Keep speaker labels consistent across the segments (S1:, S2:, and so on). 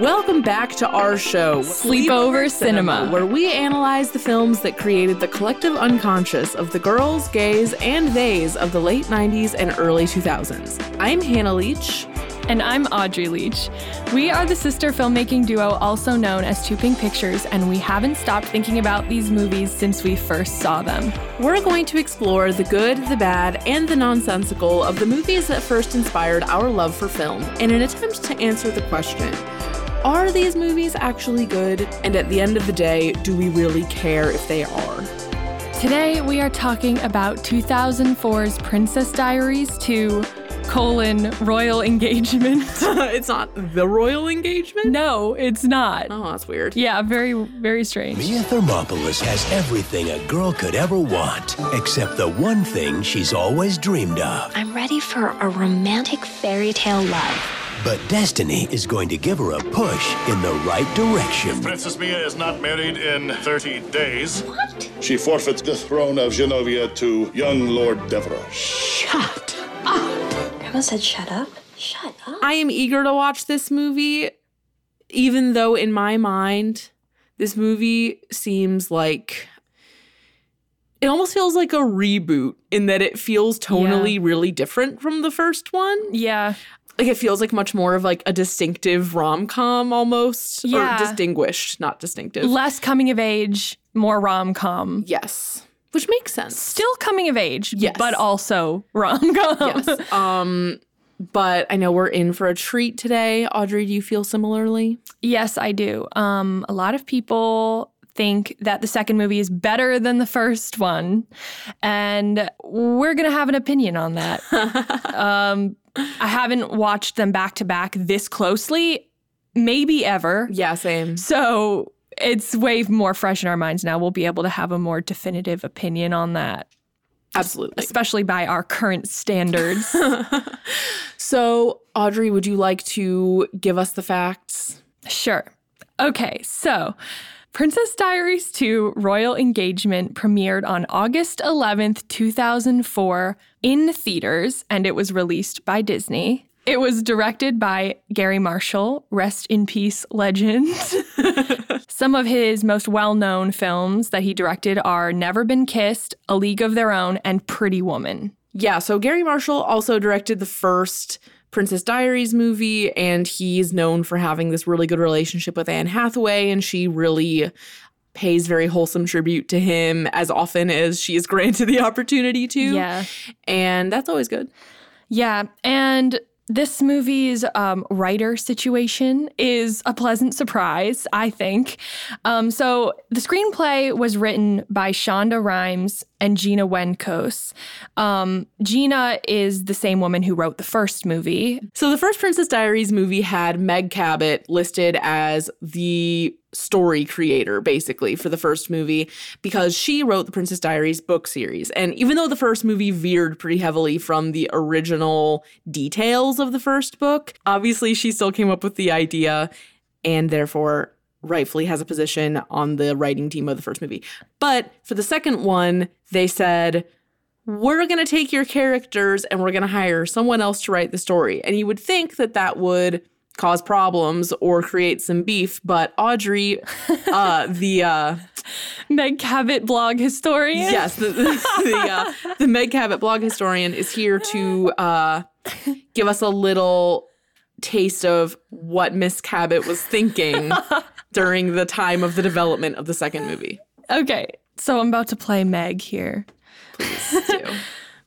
S1: Welcome back to our show,
S2: Sleepover Cinema.
S1: where we analyze the films that created the collective unconscious of the girls, gays, and theys of the late 90s and early 2000s. I'm Hannah Leach.
S2: And I'm Audrey Leach. We are the sister filmmaking duo also known as Two Pink Pictures, and we haven't stopped thinking about these movies since we first saw them.
S1: We're going to explore the good, the bad, and the nonsensical of the movies that first inspired our love for film in an attempt to answer the question Are these movies actually good? And at the end of the day, do we really care if they are?
S2: Today we are talking about 2004's Princess Diaries 2 colon royal engagement.
S1: it's not the royal engagement?
S2: no, it's not.
S1: Oh, that's weird.
S2: Yeah, very, very strange.
S3: Mia Thermopolis has everything a girl could ever want, except the one thing she's always dreamed of.
S4: I'm ready for a romantic fairy tale love.
S3: But destiny is going to give her a push in the right direction.
S5: Princess Mia is not married in 30 days.
S4: What?
S5: She forfeits the throne of Genovia to young Lord Devereux.
S4: Shut up. Grandma said, shut up. Shut up.
S1: I am eager to watch this movie, even though in my mind, this movie seems like it almost feels like a reboot in that it feels tonally really different from the first one.
S2: Yeah.
S1: Like it feels like much more of like a distinctive rom com almost,
S2: Yeah.
S1: or distinguished, not distinctive.
S2: Less coming of age, more rom com.
S1: yes, which makes sense.
S2: Still coming of age,
S1: Yes.
S2: but also rom com.
S1: yes. Um, but I know we're in for a treat today. Audrey, do you feel similarly?
S2: Yes, I do. Um, a lot of people think that the second movie is better than the first one, and we're gonna have an opinion on that. um, I haven't watched them back to back this closely, maybe ever.
S1: Yeah, same.
S2: So it's way more fresh in our minds now. We'll be able to have a more definitive opinion on that,
S1: Absolutely.
S2: especially by our current standards.
S1: So, Audrey, would you like to give us the facts?
S2: Sure. Okay, so Princess Diaries 2 Royal Engagement premiered on August 11th, 2004, in theaters, and it was released by Disney. It was directed by Gary Marshall, rest in peace legend. Some of his most well known films that he directed are Never Been Kissed, A League of Their Own, and Pretty Woman.
S1: Yeah, so Gary Marshall also directed the first Princess Diaries movie, and he's known for having this really good relationship with Anne Hathaway, and she really pays very wholesome tribute to him as often as she is granted the opportunity to. And that's always good.
S2: Yeah, and this movie's um, writer situation is a pleasant surprise, I think. Um, so the screenplay was written by Shonda Rhimes and Gina Wenkos. Um, Gina is the same woman who wrote the first movie.
S1: So, the first Princess Diaries movie had Meg Cabot listed as the story creator, basically, for the first movie, because she wrote the Princess Diaries book series. And even though the first movie veered pretty heavily from the original details of the first book, obviously she still came up with the idea and therefore rightfully has a position on the writing team of the first movie. But for the second one, they said, we're going to take your characters and we're going to hire someone else to write the story. And you would think that that would cause problems or create some beef, but Audrey, uh, the uh,
S2: Meg Cabot blog historian.
S1: yes, the the, the, uh, the Meg Cabot blog historian is here to uh, give us a little taste of what Miss Cabot was thinking during the time of the development of the second movie.
S2: Okay, so I'm about to play Meg here.
S1: Too.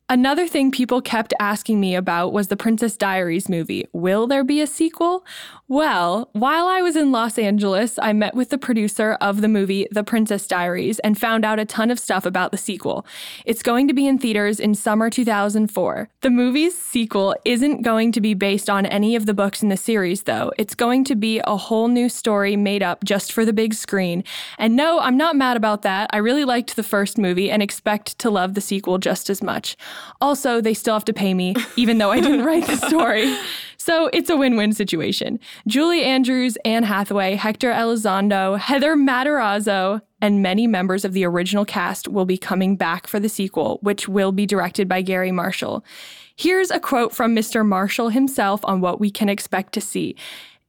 S2: Another thing people kept asking me about was the Princess Diaries movie. Will there be a sequel? Well, while I was in Los Angeles, I met with the producer of the movie The Princess Diaries and found out a ton of stuff about the sequel. It's going to be in theaters in summer 2004. The movie's sequel isn't going to be based on any of the books in the series, though. It's going to be a whole new story made up just for the big screen. And no, I'm not mad about that. I really liked the first movie and expect to love the sequel just as much. Also, they still have to pay me, even though I didn't write the story. So it's a win win situation. Julie Andrews, Anne Hathaway, Hector Elizondo, Heather Matarazzo, and many members of the original cast will be coming back for the sequel, which will be directed by Gary Marshall. Here's a quote from Mr. Marshall himself on what we can expect to see.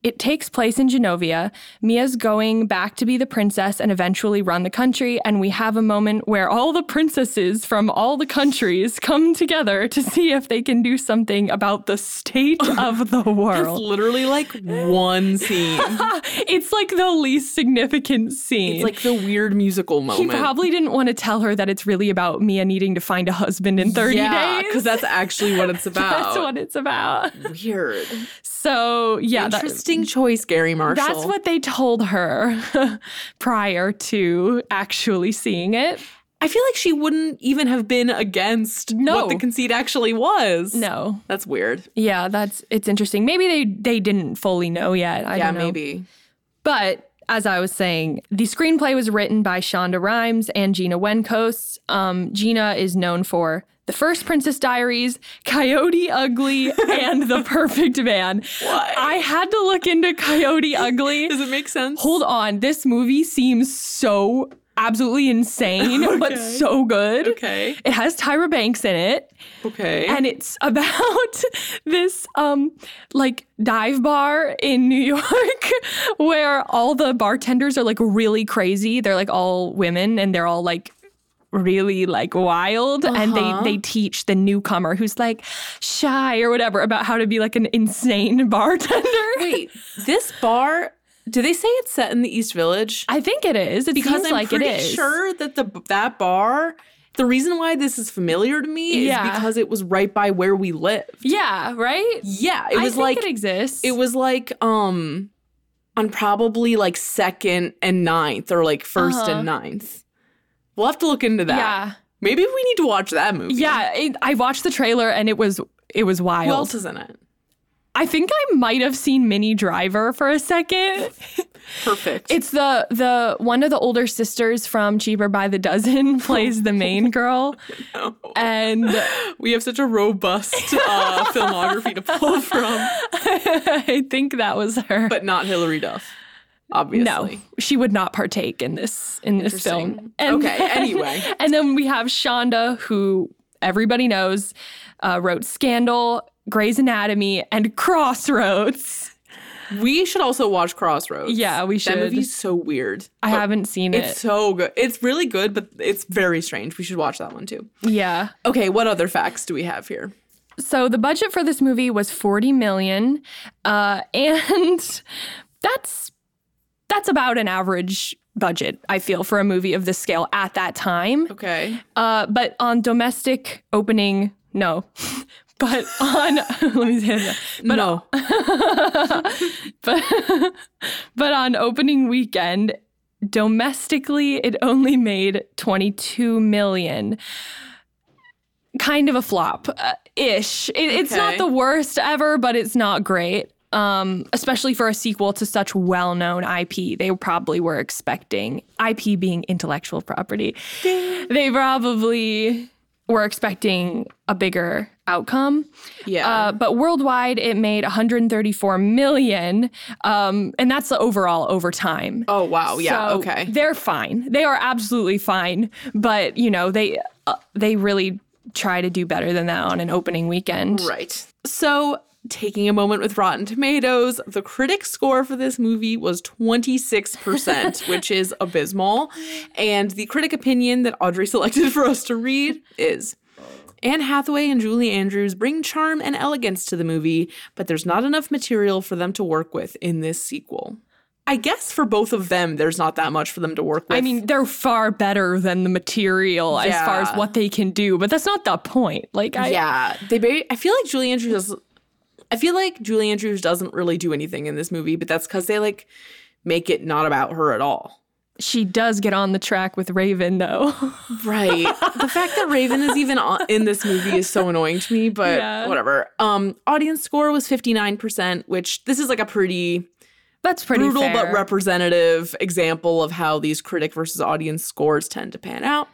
S2: It takes place in Genovia. Mia's going back to be the princess and eventually run the country. And we have a moment where all the princesses from all the countries come together to see if they can do something about the state of the
S1: It's
S2: world.
S1: literally like one scene.
S2: it's like the least significant scene.
S1: It's like the weird musical
S2: he
S1: moment.
S2: probably didn't want to tell her that it's really about Mia needing to find a husband in 30
S1: yeah,
S2: days.
S1: because that's actually what it's about.
S2: That's what it's about.
S1: weird.
S2: So, yeah, that-
S1: Interesting choice, Gary Marshall.
S2: That's what they told her prior to actually seeing it.
S1: I feel like she wouldn't even have been against
S2: No.
S1: what the conceit actually was.
S2: No.
S1: That's weird.
S2: Yeah, that's it's interesting. Maybe they they didn't fully know yet. I
S1: yeah,
S2: don't know.
S1: maybe.
S2: But as I was saying, the screenplay was written by Shonda Rhimes and Gina Wenkos. Um, Gina is known for The First Princess Diaries, Coyote Ugly, and The Perfect Man. I had to look into Coyote Ugly.
S1: Does it make sense?
S2: Hold on, this movie seems so absolutely insane, but
S1: Okay.
S2: so good.
S1: Okay.
S2: It has Tyra Banks in it,
S1: Okay.
S2: and it's about this um like dive bar in New York where all the bartenders are like really crazy. They're like all women and they're all like really like wild and
S1: Uh-huh.
S2: they they teach the newcomer who's like shy or whatever about how to be like an insane bartender.
S1: Wait, this bar, do they say it's set in the East Village?
S2: I think it is. It
S1: because
S2: seems
S1: I'm
S2: like it
S1: pretty
S2: is.
S1: sure that the that bar, the reason why this is familiar to me
S2: Yeah.
S1: is because it was right by where we lived.
S2: Yeah, right?
S1: Yeah, it
S2: I
S1: was
S2: think
S1: like
S2: it exists.
S1: it was like um on probably like second and ninth or like 1st
S2: Uh-huh.
S1: and ninth. We'll have to look into that.
S2: Yeah.
S1: Maybe we need to watch that movie.
S2: Yeah, it, I watched the trailer and it was it was wild.
S1: Who else is in it?
S2: I think I might have seen Minnie Driver for a second.
S1: Perfect.
S2: It's the the one of the older sisters from Cheaper by the Dozen plays the main girl, and
S1: we have such a robust uh, filmography to pull from,
S2: I think that was her.
S1: but not Hillary Duff,
S2: no,
S1: obviously.
S2: she would not partake in this in this film.
S1: Interesting. Okay, anyway.
S2: and then we have Shonda, who everybody knows, uh, wrote Scandal, Grey's Anatomy, and Crossroads.
S1: We should also watch Crossroads.
S2: Yeah, we should.
S1: That movie's so weird.
S2: I
S1: But
S2: haven't seen it.
S1: It's so good. It's really good, but it's very strange. We should watch that one too.
S2: yeah.
S1: Okay, what other facts do we have here?
S2: So the budget for this movie was 40 million. Uh, and that's that's about an average budget, I feel, for a movie of this scale at that time.
S1: Okay.
S2: Uh, but on domestic opening, no. But on let me say that. But
S1: no.
S2: but but on opening weekend domestically it only made 22 million kind of a flop uh, ish it, it's not
S1: Okay.
S2: the worst ever but it's not great um, especially for a sequel to such well-known IP, they probably were expecting IP being intellectual property. They probably were expecting a bigger outcome.
S1: Yeah.
S2: Uh, but worldwide, it made 134 million, um, and that's the overall over time.
S1: oh wow. Yeah.
S2: So
S1: okay.
S2: They're fine. They are absolutely fine. But you know, they uh, they really try to do better than that on an opening weekend.
S1: Right. So, taking a moment with Rotten Tomatoes, the critic score for this movie was 26%, which is abysmal. And the critic opinion that Audrey selected for us to read is. Anne Hathaway and Julie Andrews bring charm and elegance to the movie, but there's not enough material for them to work with in this sequel. I guess for both of them, there's not that much for them to work with.
S2: I mean, they're far better than the material as far as
S1: Yeah.
S2: what they can do, but that's not the point. Like, I,
S1: yeah, they. Ba- I feel like Julie Andrews. Does, I feel like Julie Andrews doesn't really do anything in this movie, but that's because they like make it not about her at all.
S2: she does get on the track with Raven, though.
S1: Right. the fact that Raven is even on, in this movie is so annoying to me, but
S2: Yeah.
S1: whatever. Um, audience score was fifty nine percent, which this is like a pretty
S2: that's pretty
S1: brutal but
S2: fair.
S1: representative example of how these critic versus audience scores tend to pan out.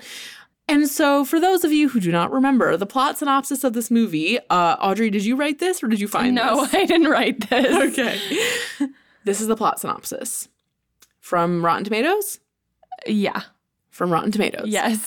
S1: And so, for those of you who do not remember, the plot synopsis of this movie, uh, Audrey, did you write this or did you find this?
S2: No, I didn't write this.
S1: okay. this is the plot synopsis from Rotten Tomatoes.
S2: Yeah.
S1: from Rotten Tomatoes.
S2: Yes.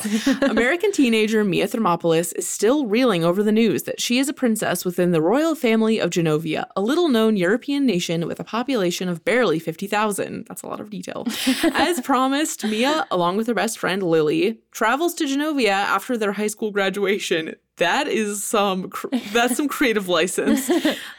S1: American teenager Mia Thermopolis is still reeling over the news that she is a princess within the royal family of Genovia, a little known European nation with a population of barely 50,000. That's a lot of detail. As promised, Mia, along with her best friend Lily, travels to Genovia after their high school graduation. That is some cr- that's some creative license.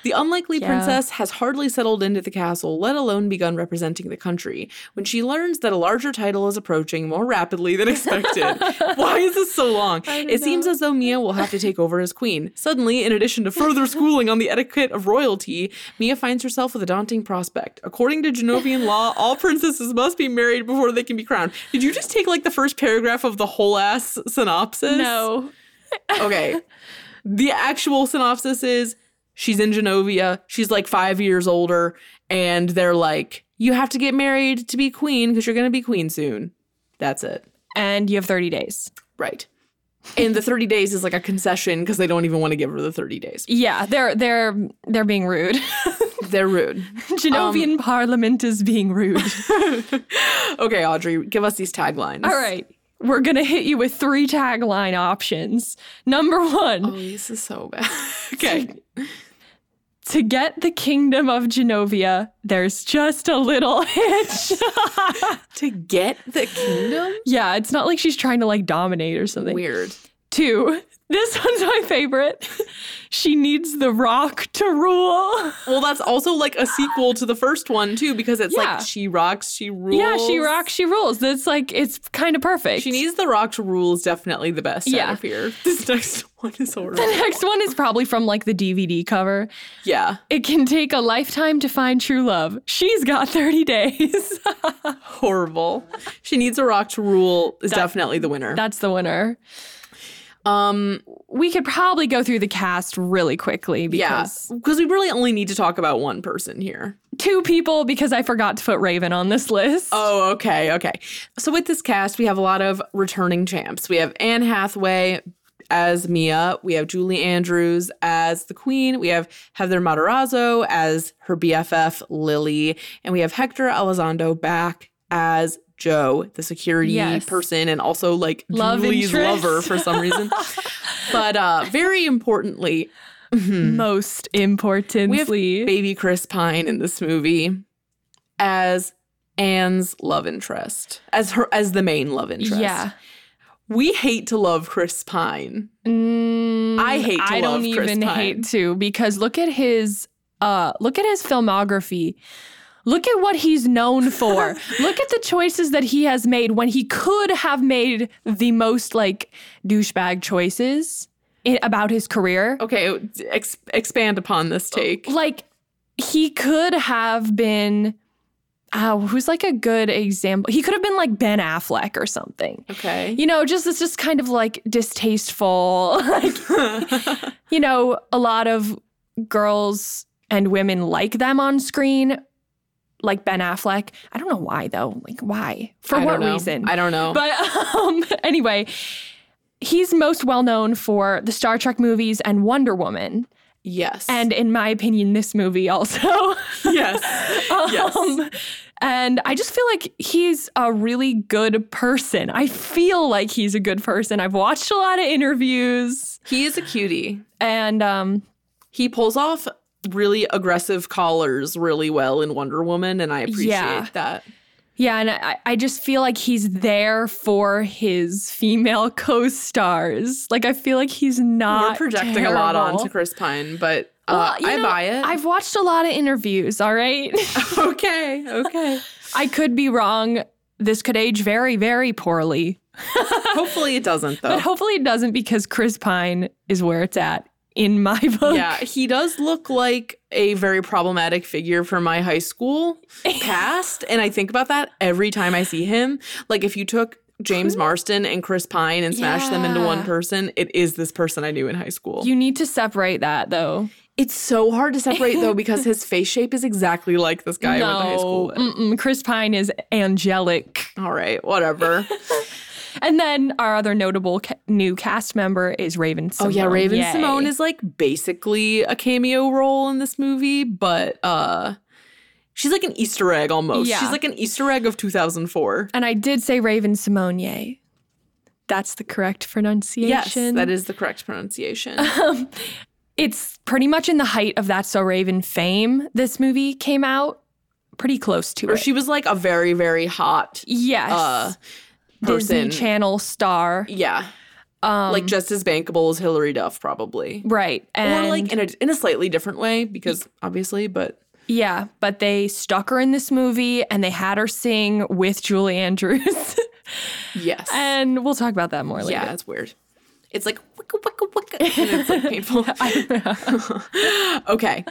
S1: The unlikely princess has hardly settled into the castle, let alone begun representing the country, when she learns that a larger title is approaching more rapidly than expected. Why is this so long? It seems as though Mia will have to take over as queen. Suddenly, in addition to further schooling on the etiquette of royalty, Mia finds herself with a daunting prospect. According to Genovian law, all princesses must be married before they can be crowned. Did you just take like the first paragraph of the whole ass synopsis?
S2: no.
S1: Okay. the actual synopsis is she's in Genovia. She's like five years older. And they're like, you have to get married to be queen because you're going to be queen soon. That's it.
S2: And you have 30 days.
S1: Right. And the 30 days is like a concession because they don't even want to give her the 30 days.
S2: Yeah, they're they're they're being rude.
S1: They're rude.
S2: Genovian parliament is being rude.
S1: okay, Audrey, give us these taglines.
S2: All right. We're going to hit you with three tagline options. Number 1,
S1: Oh, this is so bad. okay.
S2: to get the kingdom of Genovia, there's just a little hitch.
S1: to get the kingdom?
S2: yeah, it's not like she's trying to like dominate or something.
S1: Weird.
S2: Two. This one's my favorite. she needs the rock to rule.
S1: Well, that's also like a sequel to the first one, too, because it's
S2: Yeah.
S1: like she rocks, she rules.
S2: Yeah, she rocks, she rules. That's like it's kind of perfect.
S1: She needs the rock to rule is definitely the best out
S2: Yeah.
S1: of here. This next one is horrible.
S2: The next one is probably from like the DVD cover.
S1: yeah.
S2: It can take a lifetime to find true love. She's got 30 days.
S1: Horrible. She needs a rock to rule is definitely the winner.
S2: That's the winner.
S1: um
S2: We could probably go through the cast really quickly
S1: yeah.
S2: because
S1: Because we really only need to talk about one person here.
S2: two people because I forgot to put Raven on this list.
S1: Oh, okay, okay. So with this cast, we have a lot of returning champs. We have Anne Hathaway as Mia. We have Julie Andrews as the Queen. We have Heather Matarazzo as her BFF Lily, and we have Hector Elizondo back as Joe, the security
S2: Yes.
S1: person, and also like
S2: Love
S1: Julie's
S2: interest.
S1: lover for some reason. but uh, very importantly,
S2: Most importantly.
S1: baby Chris Pine in this movie as Anne's love interest, as her as the main love interest.
S2: yeah.
S1: we hate to love Chris Pine. I hate to
S2: Mm, I don't
S1: love Chris
S2: even
S1: Pine.
S2: hate to because look at his uh look at his filmography. Look at what he's known for. look at the choices that he has made when he could have made the most like douchebag choices i about his career.
S1: Okay, ex- expand upon this take.
S2: Like he could have been Oh, who's like a good example? He could have been like Ben Affleck or something.
S1: Okay,
S2: You know, just it's just kind of like distasteful. like you know, a lot of girls and women like them on screen, like Ben Affleck. I don't know why though. Like why? For
S1: I
S2: what
S1: don't know.
S2: reason?
S1: I don't know.
S2: But um, anyway, he's most well known for the Star Trek movies and Wonder Woman,
S1: yes,
S2: and in my opinion, this movie also.
S1: yes, Yes.
S2: Um, And I just feel like he's a really good person. I feel like he's a good person. I've watched a lot of interviews
S1: he is a cutie.
S2: and um,
S1: He pulls off really aggressive collars really well in Wonder Woman, and I appreciate
S2: Yeah.
S1: that.
S2: Yeah, and I, I just feel like he's there for his female co-stars. Like I feel like he's not
S1: We're projecting a lot
S2: Uh, terrible.
S1: onto Chris Pine, but uh,
S2: Well, you
S1: I
S2: know,
S1: buy it.
S2: I've watched a lot of interviews. All right,
S1: okay, okay.
S2: I could be wrong. This could age very, very poorly,
S1: Hopefully it doesn't though.
S2: but hopefully it doesn't because Chris Pine is where it's at in my book.
S1: yeah, he does look like a very problematic figure from my high school past, and I think about that every time I see him. Like if you took James Marston and Chris Pine and smashed them into one
S2: Yeah.
S1: person, it is this person I knew in high school.
S2: You need to separate that though.
S1: it's so hard to separate though because his face shape is exactly like this guy I went to high school with.
S2: mm-mm, Chris Pine is angelic.
S1: All right, whatever.
S2: And then our other notable ca- new cast member is Raven
S1: Oh
S2: Simone.
S1: yeah, Raven
S2: Yay.
S1: Simone is like basically a cameo role in this movie, but uh She's like an Easter egg almost.
S2: Yeah.
S1: She's like an Easter egg of 2004.
S2: And I did say Raven Simonier. That's the correct pronunciation.
S1: Yes, that is the correct pronunciation.
S2: It's pretty much in the height of That's So Raven fame. This movie came out pretty close to
S1: or
S2: it.
S1: she was like a very, very hot
S2: yes.
S1: uh,
S2: Disney
S1: person.
S2: Channel star.
S1: Yeah.
S2: Um,
S1: like just as bankable as Hillary Duff, probably.
S2: right. And
S1: or like in a in a slightly different way, because obviously, but
S2: yeah, but they stuck her in this movie and they had her sing with Julie Andrews.
S1: yes.
S2: and we'll talk about that more later.
S1: yeah, it's weird. It's like wicka wicka wicka and it's like painful. okay.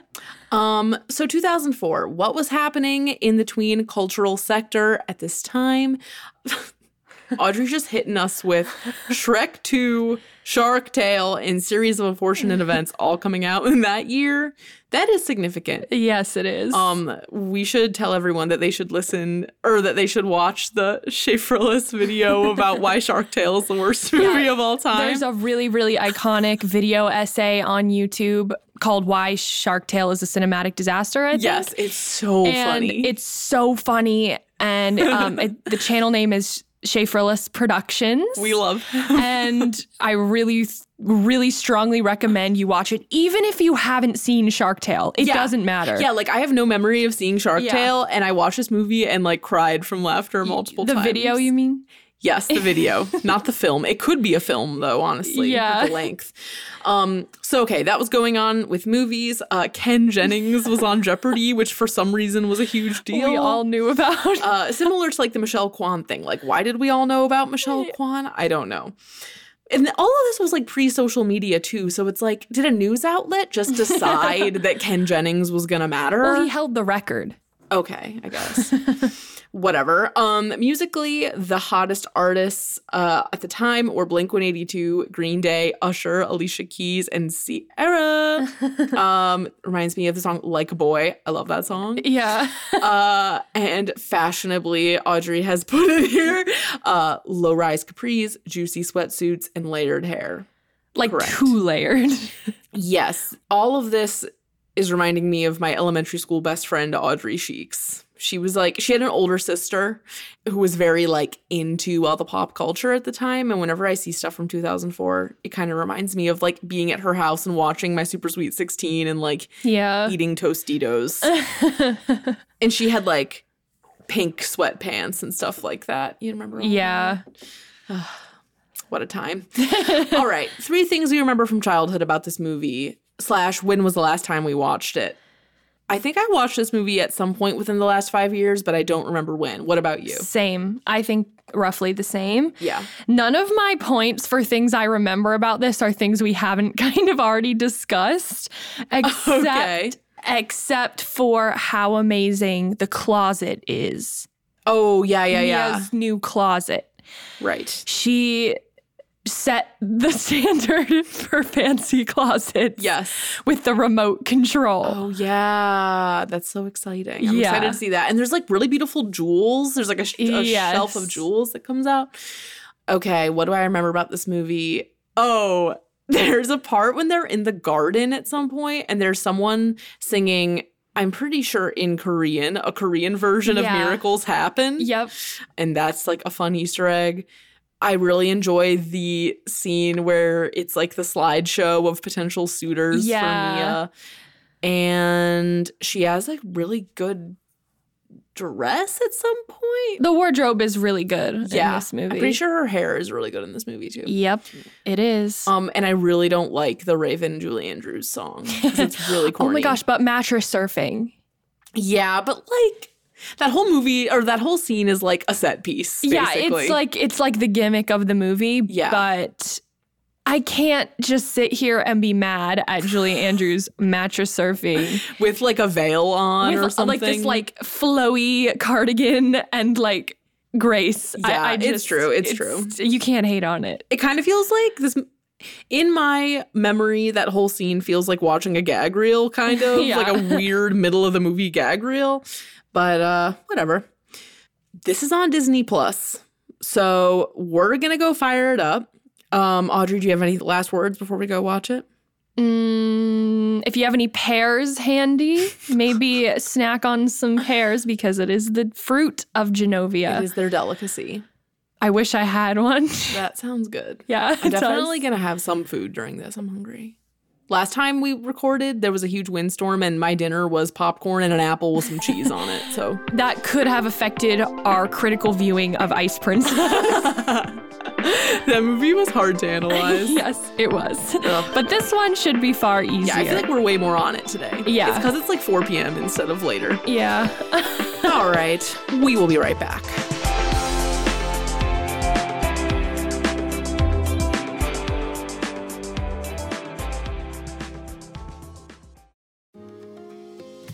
S1: Um, so 2004, what was happening in the tween cultural sector at this time? Audrey's just hitting us with Shrek 2, Shark Tale, and series of unfortunate events all coming out in that year. That is significant.
S2: Yes, it is.
S1: Um, we should tell everyone that they should listen or that they should watch the Schaeferless video about why Shark Tale is the worst movie of all time.
S2: There's a really, really iconic video essay on YouTube called Why Shark Tale is a Cinematic Disaster. I think.
S1: yes, it's so
S2: and
S1: funny.
S2: It's so funny. And um, it, the channel name is Schaeferless Productions.
S1: we love
S2: and I really, really strongly recommend you watch it, even if you haven't seen Shark Tale. It
S1: Yeah.
S2: doesn't matter.
S1: Yeah, like I have no memory of seeing Shark
S2: Yeah.
S1: Tale, and I watched this movie and like cried from laughter multiple
S2: the
S1: times.
S2: video, you mean?
S1: Yes, the video, not the film. It could be a film though, honestly. with
S2: Yeah.
S1: The length. Um, so okay, that was going on with movies. Uh, Ken Jennings was on Jeopardy, which for some reason was a huge deal.
S2: We all knew about.
S1: uh, similar to like the Michelle Kwan thing. Like, why did we all know about Michelle Kwan? I don't know. And all of this was like pre social media too. So it's like, did a news outlet just decide that Ken Jennings was gonna matter?
S2: well, he held the record.
S1: okay, I guess. Whatever. Um, musically, the hottest artists uh, at the time were Blink 182, Green Day, Usher, Alicia Keys, and Sierra. um, reminds me of the song Like a Boy. I love that song.
S2: Yeah.
S1: Uh, and fashionably, Audrey has put in here uh, low rise capris, juicy sweatsuits, and layered hair.
S2: like
S1: Correct.
S2: two layered.
S1: Yes, all of this is reminding me of my elementary school best friend, Audrey Sheeks. She was like, she had an older sister who was very like into all the pop culture at the time. And whenever I see stuff from 2004, it kind of reminds me of like being at her house and watching my Super Sweet 16 and like
S2: Yeah.
S1: eating Tostitos. and she had like pink sweatpants and stuff like that. You remember? all that?
S2: Yeah.
S1: What a time. all right. Three things we remember from childhood about this movie, slash, when was the last time we watched it? I think I watched this movie at some point within the last five years, but I don't remember when. What about you?
S2: Same. I think roughly the same.
S1: Yeah.
S2: None of my points for things I remember about this are things we haven't kind of already discussed, except
S1: Okay.
S2: except for how amazing the closet is.
S1: Oh, yeah, yeah, yeah.
S2: Mia's new closet.
S1: Right.
S2: She set the standard for fancy closets.
S1: Yes.
S2: With the remote control.
S1: Oh, yeah. That's so exciting. I'm
S2: Yeah.
S1: excited to see that. And there's like really beautiful jewels. There's like a, sh- a
S2: Yes.
S1: shelf of jewels that comes out. Okay, what do I remember about this movie? Oh, there's a part when they're in the garden at some point and there's someone singing, I'm pretty sure in Korean, a Korean version
S2: Yeah.
S1: of Miracles Happen.
S2: Yep.
S1: And that's like a fun Easter egg. I really enjoy the scene where it's like the slideshow of potential suitors
S2: Yeah.
S1: for Mia. And she has like really good dress at some point.
S2: The wardrobe is really good in this movie.
S1: I'm pretty sure her hair is really good in this movie too.
S2: Yep, it is.
S1: Um, and I really don't like the Raven Julie Andrews song. 'cause It's really
S2: oh
S1: corny.
S2: my gosh, but mattress surfing.
S1: Yeah, but like that whole movie or that whole scene is like a set piece.
S2: Yeah,
S1: basically.
S2: it's like it's like the gimmick of the movie.
S1: Yeah.
S2: But I can't just sit here and be mad at Julie Andrews mattress surfing
S1: with like a veil on or
S2: with
S1: something.
S2: like this like flowy cardigan and like grace. I-
S1: Yeah,
S2: I,
S1: it's
S2: just,
S1: true, it's true.
S2: You can't hate on it.
S1: it kind of feels like this in my memory that whole scene feels like watching a gag reel kind of
S2: Yeah.
S1: like a weird middle of the movie gag reel but uh whatever this is on disney plus so we're gonna go fire it up um audrey do you have any last words before we go watch it
S2: Mm, if you have any pears handy, maybe snack on some pears because it is the fruit of Genovia.
S1: It is their delicacy.
S2: I wish I had one.
S1: That sounds good.
S2: yeah,
S1: I'm
S2: it does.
S1: definitely going to have some food during this. I'm hungry. Last time we recorded, there was a huge windstorm, and my dinner was popcorn and an apple with some cheese on it. So
S2: That could have affected our critical viewing of Ice Princess.
S1: that movie was hard to analyze.
S2: yes, it was. But this one should be far easier.
S1: Yeah, I feel like we're way more on it today.
S2: Yeah.
S1: It's because it's like 4 p.m. instead of later.
S2: yeah.
S1: All right. We will be right back.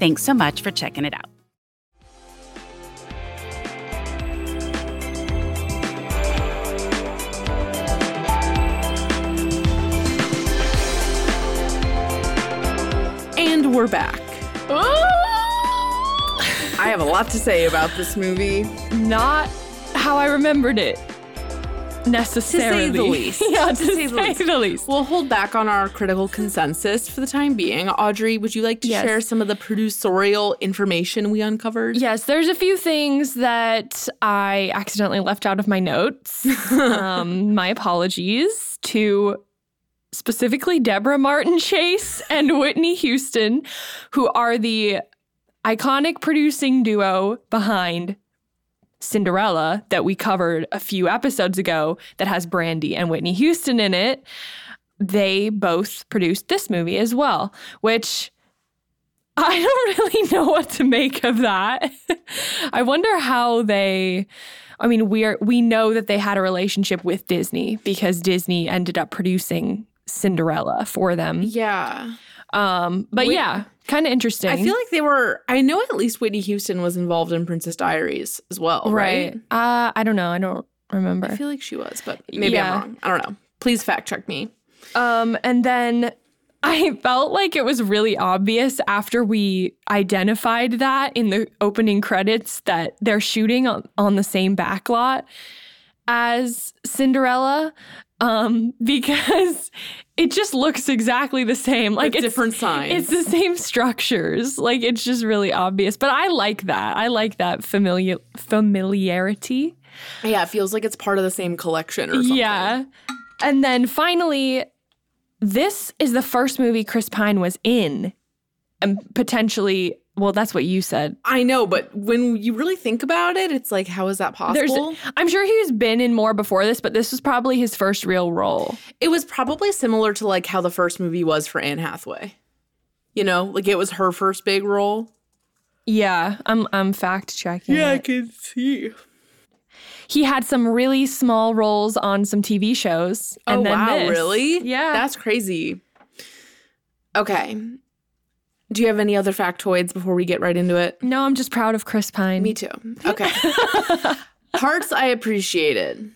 S6: Thanks so much for checking it out.
S1: And we're back. Oh! I have a lot to say about this movie.
S2: Not how I remembered it necessarily.
S1: least.
S2: yeah,
S1: To
S2: to,
S1: say
S2: say,
S1: the least.
S2: the least.
S1: We'll hold back on our critical consensus for the time being. Audrey, would you like to
S2: Yes.
S1: share some of the producerial information we uncovered?
S2: Yes, there's a few things that I accidentally left out of my notes. um, my apologies to specifically Deborah Martin Chase and Whitney Houston, who are the iconic producing duo behind Cinderella that we covered a few episodes ago that has Brandy and Whitney Houston in it. They both produced this movie as well, which I don't really know what to make of that. I wonder how they I mean we are we know that they had a relationship with Disney because Disney ended up producing Cinderella for them.
S1: Yeah.
S2: Um but
S1: Wait.
S2: yeah, kind of interesting.
S1: I feel like they were, I know at least Whitney Houston was involved in Princess Diaries as well, right?
S2: Uh I don't know. I don't remember.
S1: I feel like she was, but maybe
S2: Yeah.
S1: I'm wrong. I don't know. Please fact check me.
S2: Um, and then I felt like it was really obvious after we identified that in the opening credits that they're shooting on, on the same back lot as Cinderella. Um, because it just looks exactly the same. Like it's
S1: different signs.
S2: It's the same structures. Like it's just really obvious. But I like that. I like that familiar familiarity.
S1: Yeah, it feels like it's part of the same collection or something.
S2: Yeah. And then finally, this is the first movie Chris Pine was in. And potentially, well, that's what you said.
S1: I know, but when you really think about it, it's like, how is that
S2: There's,
S1: possible?
S2: I'm sure he's been in more before this, but this was probably his first real role.
S1: it was probably similar to like how the first movie was for Anne Hathaway. You know, like it was her first big role.
S2: Yeah, I'm I'm fact checking. it.
S1: can see.
S2: he had some really small roles on some TV shows.
S1: Oh
S2: and then
S1: wow,
S2: this.
S1: really?
S2: Yeah,
S1: That's crazy. Okay. Do you have any other factoids before we get right into it?
S2: no. I'm just proud of Chris Pine.
S1: Me too. Okay. Parts I appreciated.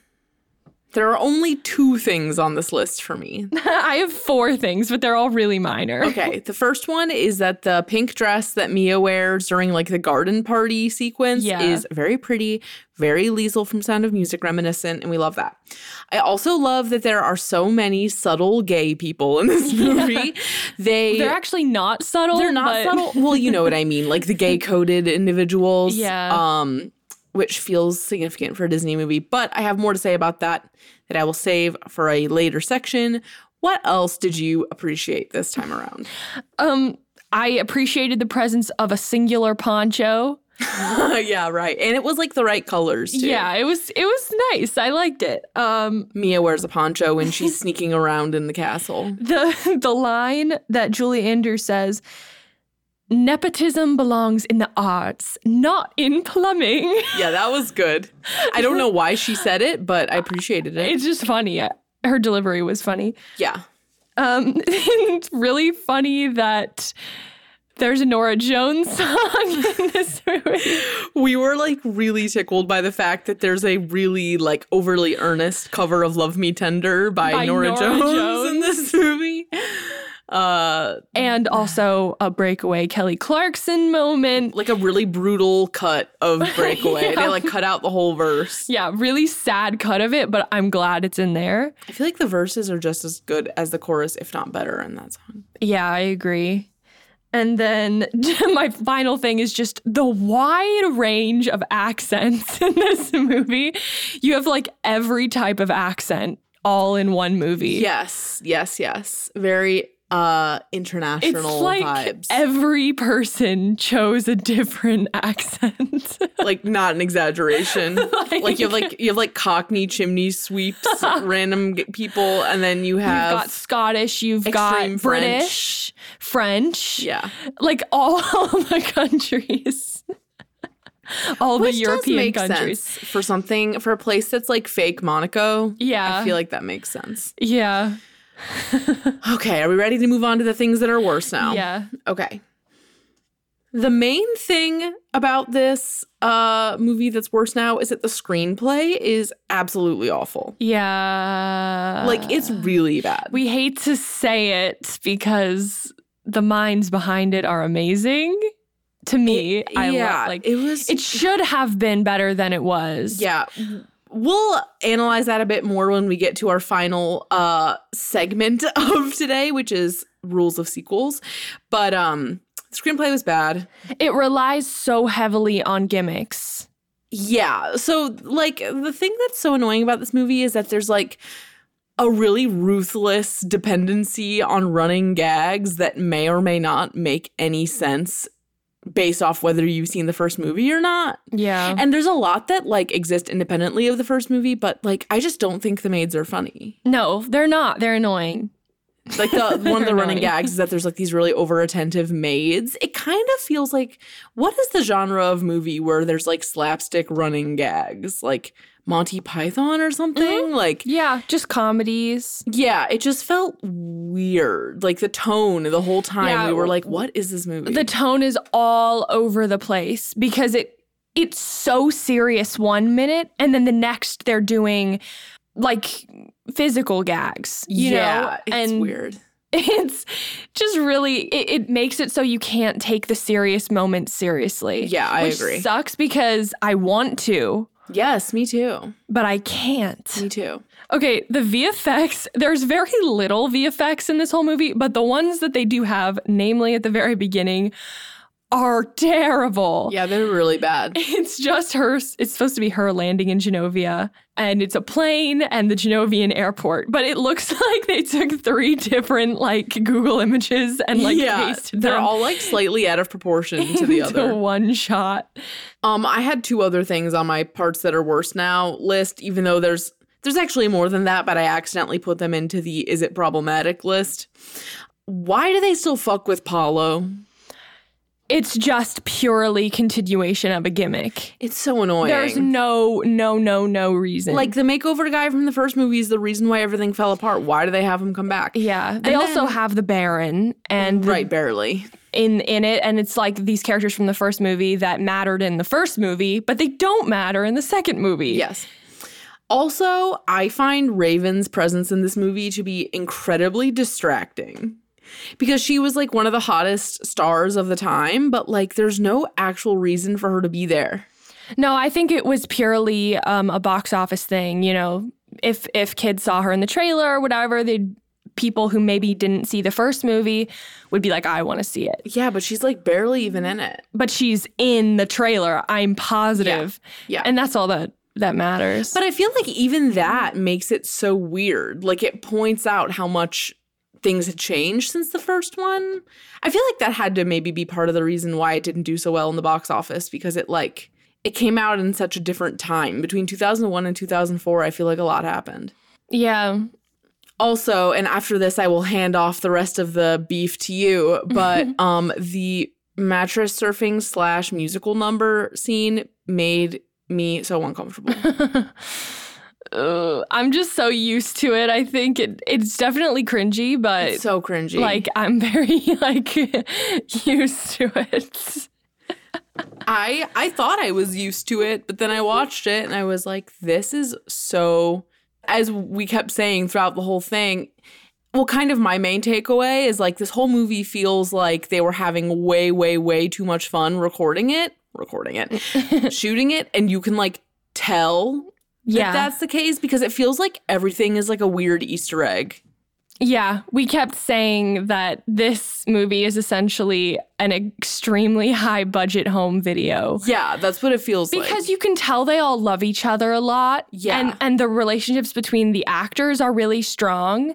S1: There are only two things on this list for me
S2: I have four things, but they're all really minor.
S1: Okay, the first one is that the pink dress that Mia wears during like the garden party sequence
S2: Yeah.
S1: is very pretty, very Liesel from Sound of Music reminiscent, and we love that. I also love that there are so many subtle gay people in this movie. They
S2: They're actually not subtle.
S1: they're not
S2: but-
S1: subtle. Well, you know what I mean, like the gay coded individuals.
S2: Yeah.
S1: Um, which feels significant for a Disney movie, but I have more to say about that that I will save for a later section. What else did you appreciate this time around?
S2: Um, I appreciated the presence of a singular poncho.
S1: yeah, right. And it was like the right colors too.
S2: Yeah, it was it was nice. I liked it. Um,
S1: Mia wears a poncho when she's sneaking around in the castle.
S2: the the line that Julie Andrews says, "Nepotism belongs in the arts, not in plumbing."
S1: Yeah, that was good. I don't know why she said it, but I appreciated it.
S2: it's just funny. Her delivery was funny.
S1: Yeah.
S2: Um, it's really funny that there's a Nora Jones song in this movie.
S1: We were like really tickled by the fact that there's a really like overly earnest cover of Love Me Tender by,
S2: By
S1: Nora,
S2: Nora
S1: Jones,
S2: Jones.
S1: in this movie. Uh
S2: And also a breakaway Kelly Clarkson moment.
S1: like a really brutal cut of Breakaway.
S2: Yeah.
S1: They like cut out the whole verse.
S2: Yeah, really sad cut of it, but I'm glad it's in there.
S1: I feel like the verses are just as good as the chorus, if not better, in that song.
S2: Yeah, I agree. And then my final thing is just the wide range of accents in this movie. You have like every type of accent all in one movie.
S1: Yes, yes, yes. Very uh
S2: It's
S1: international
S2: like
S1: vibes.
S2: every person chose a different accent.
S1: like not an exaggeration.
S2: Like-
S1: like, you have like you have like Cockney chimney sweeps, random g- people, and then you
S2: You've
S1: have
S2: got Scottish, you've
S1: extreme
S2: got
S1: French.
S2: British, French,
S1: yeah,
S2: like all the countries, all
S1: Which
S2: the
S1: does
S2: European
S1: make
S2: countries.
S1: sense for something for a place that's like fake Monaco.
S2: Yeah.
S1: I feel like that makes sense.
S2: Yeah.
S1: Okay, are we ready to move on to the things that are worse now?
S2: Yeah.
S1: Okay. The main thing about this uh, movie that's worse now is that the screenplay is absolutely awful.
S2: Yeah.
S1: like it's really bad.
S2: we hate to say it because the minds behind it are amazing. To me, I lo-
S1: yeah,
S2: like
S1: it was
S2: it should have been better than it was.
S1: Yeah. We'll analyze that a bit more when we get to our final uh segment of today, which is rules of sequels. But um screenplay was bad.
S2: It relies so heavily on gimmicks.
S1: Yeah. So like the thing that's so annoying about this movie is that there's like a really ruthless dependency on running gags that may or may not make any sense based off whether you've seen the first movie or not.
S2: Yeah.
S1: And there's a lot that like exist independently of the first movie, but like I just don't think the maids are funny.
S2: no, they're not. They're annoying.
S1: Like the one of the running
S2: Annoying.
S1: gags is that there's like these really over attentive maids. It kind of feels like what is the genre of movie where there's like slapstick running gags, like Monty Python or something?
S2: Mm-hmm.
S1: Like
S2: Yeah, just comedies.
S1: yeah, it just felt weird. Like the tone the whole time
S2: Yeah,
S1: we were
S2: w-
S1: like, what is this movie?
S2: The tone is all over the place because it it's so serious one minute and then the next they're doing like physical gags. You
S1: yeah,
S2: know?
S1: it's
S2: and
S1: weird.
S2: It's just really it, it makes it so you can't take the serious moments seriously.
S1: Yeah, I
S2: which
S1: agree.
S2: Sucks because I want to,
S1: Yes, me too.
S2: but I can't.
S1: Me too.
S2: Okay, the VFX, there's very little VFX in this whole movie, but the ones that they do have, namely at the very beginning, are terrible.
S1: Yeah, they're really bad.
S2: It's just her, it's supposed to be her landing in Genovia, and it's a plane and the Genovian airport, but it looks like they took three different, like, Google images and, like, pasted
S1: they're
S2: them
S1: all like slightly out of proportion to the
S2: into
S1: other.
S2: one shot.
S1: Um, I had two other things on my parts that are worse now list, even though there's there's actually more than that, but I accidentally put them into the is it problematic list. Why do they still fuck with Paulo?
S2: It's just purely continuation of a gimmick.
S1: It's so annoying.
S2: There's no, no, no, no reason.
S1: like the makeover guy from the first movie is the reason why everything fell apart. Why do they have him come back?
S2: Yeah, they also have the Baron and the-
S1: Right, barely.
S2: in in it, and it's like these characters from the first movie that mattered in the first movie, but they don't matter in the second movie.
S1: Yes. Also, I find Raven's presence in this movie to be incredibly distracting because she was like one of the hottest stars of the time, but like there's no actual reason for her to be there.
S2: No, I think it was purely um, a box office thing. You know, if if kids saw her in the trailer or whatever, they would people who maybe didn't see the first movie would be like, I want to see it,
S1: Yeah, but she's like barely even in it.
S2: but she's in the trailer. I'm positive.
S1: Yeah.
S2: and that's all that that matters.
S1: But I feel like even that makes it so weird. Like it points out how much things had changed since the first one. I feel like that had to maybe be part of the reason why it didn't do so well in the box office because it like it came out in such a different time between 2001 and 2004. I feel like a lot happened.
S2: yeah,
S1: Also, and after this I will hand off the rest of the beef to you, but um the mattress surfing slash musical number scene made me so uncomfortable.
S2: Ugh, I'm just so used to it. I think it, it's definitely cringy, but
S1: It's so cringy.
S2: like I'm very like used to it.
S1: I I thought I was used to it, but then I watched it and I was like, this is so as we kept saying throughout the whole thing, well, kind of my main takeaway is like this whole movie feels like they were having way, way, way too much fun recording it, recording it, shooting it, and you can like tell that
S2: Yeah.
S1: that's the case because it feels like everything is like a weird Easter egg.
S2: Yeah, we kept saying that this movie is essentially an extremely high budget home video.
S1: Yeah, that's what it feels like.
S2: Because you can tell they all love each other a lot.
S1: Yeah.
S2: And and the relationships between the actors are really strong.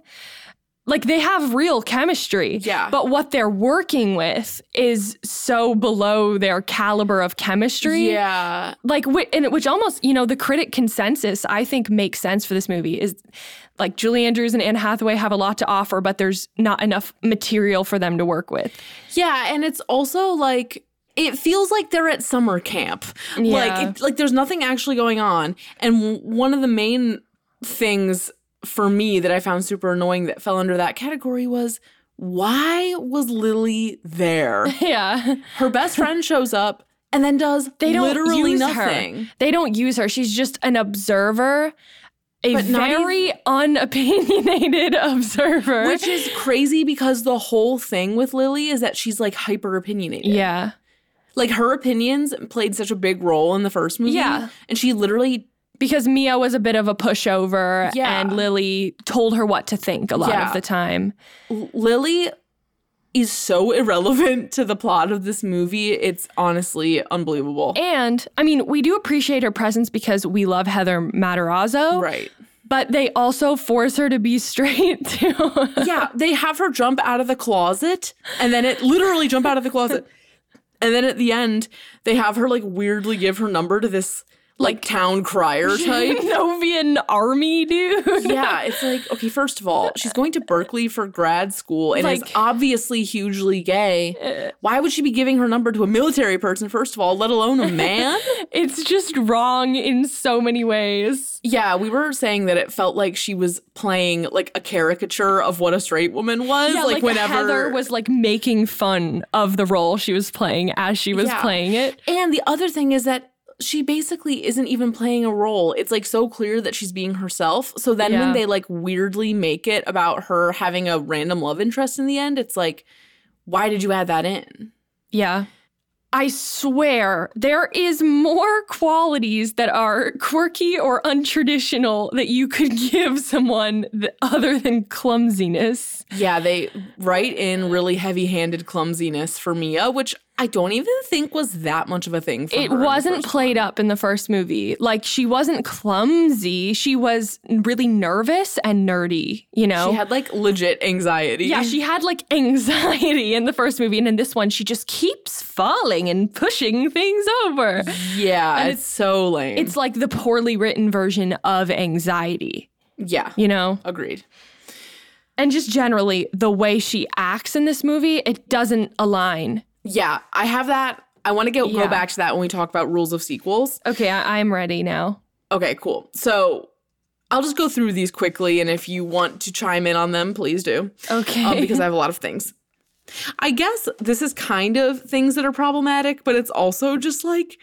S2: Like they have real chemistry.
S1: Yeah.
S2: But what they're working with is so below their caliber of chemistry.
S1: Yeah.
S2: Like whi- and which almost, you know, the critic consensus I think makes sense for this movie is like Julie Andrews and Anne Hathaway have a lot to offer, but there's not enough material for them to work with.
S1: Yeah, and it's also like it feels like they're at summer camp. Like
S2: Yeah.
S1: it, like there's nothing actually going on. And w- one of the main things for me that I found super annoying that fell under that category was why was Lily there?
S2: Yeah.
S1: Her best friend shows up and then does
S2: They don't
S1: literally
S2: use her.
S1: nothing.
S2: They don't use her. She's just an observer, a
S1: But not
S2: very unopinionated observer.
S1: Which is crazy because the whole thing with Lily is that she's like hyper opinionated.
S2: yeah.
S1: Like her opinions played such a big role in the first movie.
S2: Yeah.
S1: And she literally
S2: Because Mia was a bit of a pushover
S1: Yeah.
S2: and Lily told her what to think a lot
S1: Yeah.
S2: of the time.
S1: Lily is so irrelevant to the plot of this movie. It's honestly unbelievable.
S2: And I mean, we do appreciate her presence because we love Heather Matarazzo,
S1: right.
S2: but they also force her to be straight too.
S1: Yeah, they have her jump out of the closet and then it literally jump out of the closet. And then at the end, they have her like weirdly give her number to this like, town crier type.
S2: Novian army dude.
S1: yeah, it's like, okay, first of all, she's going to Berkeley for grad school and is
S2: Like-
S1: obviously hugely gay. Why would she be giving her number to a military person, first of all, let alone a man?
S2: It's just wrong in so many ways.
S1: Yeah, we were saying that it felt like she was playing like a caricature of what a straight woman was.
S2: yeah,
S1: like,
S2: like
S1: whenever
S2: Heather was like making fun of the role she was playing as she was
S1: Yeah.
S2: playing it.
S1: And the other thing is that she basically isn't even playing a role. It's like so clear that she's being herself. So then when
S2: Yeah.
S1: they like weirdly make it about her having a random love interest in the end, it's like, why did you add that in?
S2: Yeah. I swear there is more qualities that are quirky or untraditional that you could give someone th- other than clumsiness.
S1: Yeah, they write in really heavy-handed clumsiness for Mia, which I don't even think was that much of a thing for her
S2: It
S1: in the
S2: wasn't
S1: first
S2: played
S1: one.
S2: up in the first movie. Like she wasn't clumsy, she was really nervous and nerdy, you know?
S1: She had like legit anxiety.
S2: Yeah, she had like anxiety in the first movie, and in this one, she just keeps falling and pushing things over.
S1: Yeah,
S2: And
S1: it's, so lame.
S2: It's like the poorly written version of anxiety,
S1: yeah,
S2: you know?
S1: agreed.
S2: And just generally, the way she acts in this movie, it doesn't align.
S1: Yeah, I have that. I want to go
S2: Yeah.
S1: go back to that when we talk about rules of sequels.
S2: Okay, I- I'm ready now.
S1: Okay, cool. So I'll just go through these quickly, and if you want to chime in on them, please do,
S2: Okay.
S1: uh, because I have a lot of things. I guess this is kind of things that are problematic, but it's also just like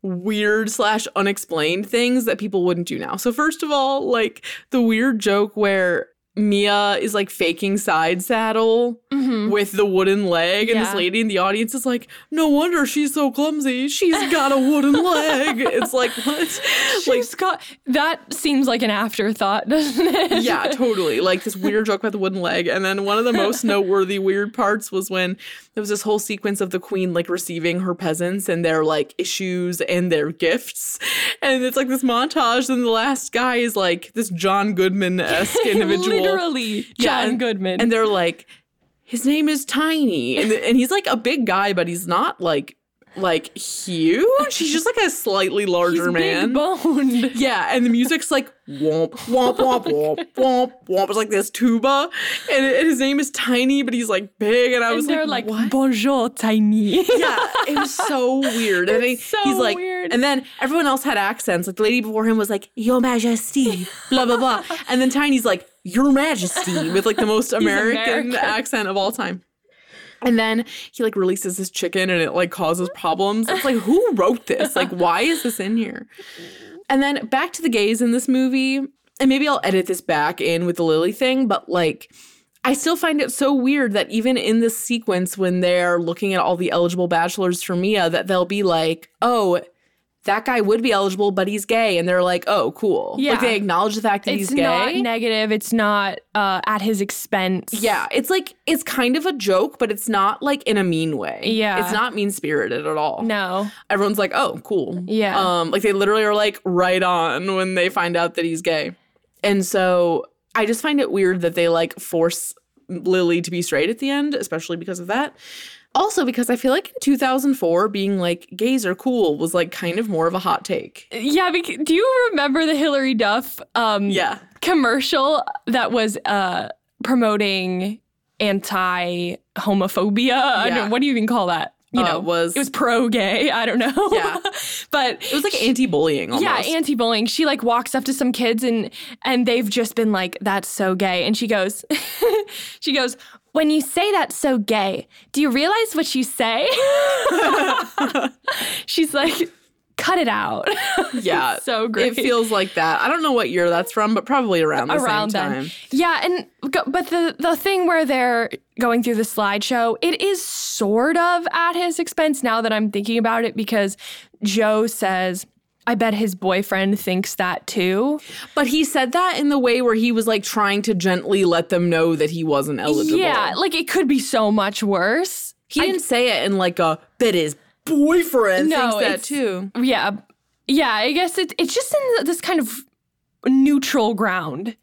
S1: weird slash unexplained things that people wouldn't do now. So first of all, like the weird joke where Mia is like faking side saddle
S2: Mhm.
S1: with the wooden leg, and this
S2: Yeah.
S1: lady in the audience is like, "No wonder she's so clumsy. She's got a wooden leg." It's like what? like
S2: She's got- that seems like an afterthought, doesn't it?
S1: yeah, totally. Like this weird joke about the wooden leg. And then one of the most noteworthy weird parts was when there was this whole sequence of the queen like receiving her peasants and their like issues and their gifts. And it's like this montage. And the last guy is like this John Goodman esque individual.
S2: Literally, John
S1: Yeah, and-
S2: Goodman.
S1: And they're like, his name is Tiny. And, and he's like a big guy, but he's not like like huge. He's just like a slightly larger
S2: He's
S1: man.
S2: big boned.
S1: Yeah, and the music's like womp womp womp womp womp womp. It's like this tuba, and, and his name is Tiny, but he's like big, and I was
S2: and they're like,
S1: what?
S2: bonjour, tiny.
S1: yeah, it was so weird. and he-
S2: It's so
S1: he's like,
S2: weird.
S1: and then everyone else had accents. Like the lady before him was like, Your Majesty, blah blah blah, and then Tiny's like, Your Majesty, with like the most American
S2: American.
S1: accent of all time. And then he like releases this chicken and it like causes problems. It's like, who wrote this? Like, why is this in here? And then back to the gays in this movie, and maybe I'll edit this back in with the Lily thing, but like, I still find it so weird that even in this sequence, when they're looking at all the eligible bachelors for Mia, that they'll be like, oh, that guy would be eligible, but he's gay. And they're like, oh, cool. Like
S2: Yeah.
S1: they acknowledge the fact that
S2: it's
S1: he's gay.
S2: not negative. It's not uh, at his expense.
S1: Yeah, it's like it's kind of a joke, but it's not like in a mean way.
S2: Yeah.
S1: it's not mean spirited at all.
S2: No.
S1: everyone's like, "Oh, cool."
S2: Yeah.
S1: um, like they literally are like right on when they find out that he's gay, and so I just find it weird that they like force Lily to be straight at the end, especially because of that. Also, because I feel like in 2004, being like gays are cool was like kind of more of a hot take.
S2: Yeah. Because, do you remember the Hillary Duff um,
S1: Yeah,
S2: commercial that was uh, promoting anti homophobia? I
S1: Yeah.
S2: don't, what do you even call that? You
S1: Uh,
S2: know,
S1: was-
S2: it was pro gay. I don't know.
S1: Yeah.
S2: but
S1: it was like anti-bullying. Almost.
S2: Yeah, anti-bullying. She like walks up to some kids and and they've just been like, "That's so gay," and she goes, she goes, "When you say that's so gay, do you realize what you say?" She's like, "Cut it out."
S1: yeah,
S2: so great.
S1: It feels like that. I don't know what year that's from, but probably around the
S2: around
S1: same
S2: then.
S1: time.
S2: Yeah, and go, but the the thing where they're going through the slideshow, it is sort of at his expense now that I'm thinking about it because Joe says, "I bet his boyfriend thinks that too."
S1: But he said that in the way where he was like trying to gently let them know that he wasn't eligible.
S2: Yeah, like it could be so much worse.
S1: he didn't say it in like a that his boyfriend
S2: No,
S1: thinks that
S2: it's-
S1: too.
S2: Yeah. Yeah, I guess it, it's just in this kind of neutral ground.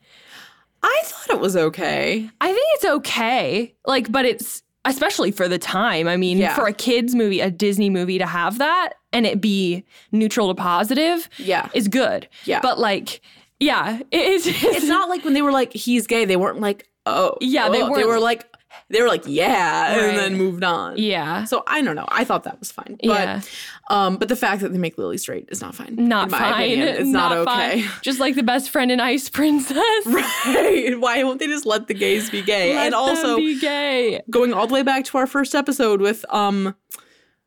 S1: I thought it was okay.
S2: I think it's okay. Like, but it's especially for the time. I mean,
S1: Yeah.
S2: for a kids movie, a Disney movie to have that and it be neutral to positive
S1: Yeah.
S2: is good.
S1: Yeah.
S2: But like, yeah, it is
S1: It's not like when they were like he's gay, they weren't like oh
S2: Yeah, they
S1: oh. They
S2: weren't-
S1: were like they were like yeah,
S2: Right.
S1: and then moved on.
S2: Yeah.
S1: So I don't know. I thought that was fine, but
S2: Yeah.
S1: um, but the fact that they make Lily straight is not fine.
S2: not
S1: in my
S2: fine.
S1: Opinion. It's not, okay.
S2: Fine. Just like the best friend in Ice Princess.
S1: Right. Why won't they just let the gays be gay?
S2: Let
S1: and
S2: them
S1: also
S2: be gay.
S1: going all the way back to our first episode with um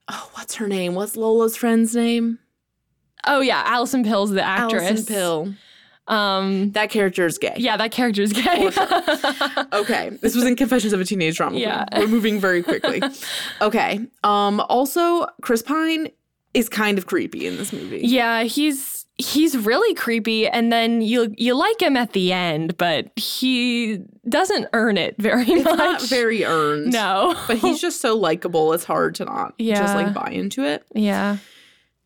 S1: oh, what's her name? What's Lola's friend's name?
S2: Oh yeah, Allison Pill's the actress.
S1: Allison Pill.
S2: Um,
S1: That character is gay.
S2: yeah, that character's gay.
S1: Okay. This was in Confessions of a Teenage Drama. Queen.
S2: Yeah.
S1: We're moving very quickly. okay. Um also Chris Pine is kind of creepy in this movie.
S2: yeah, he's he's really creepy, and then you you like him at the end, but he doesn't earn it very much.
S1: It's not very earned.
S2: no,
S1: But he's just so likable, it's hard to not just
S2: Yeah.
S1: like buy into it.
S2: yeah,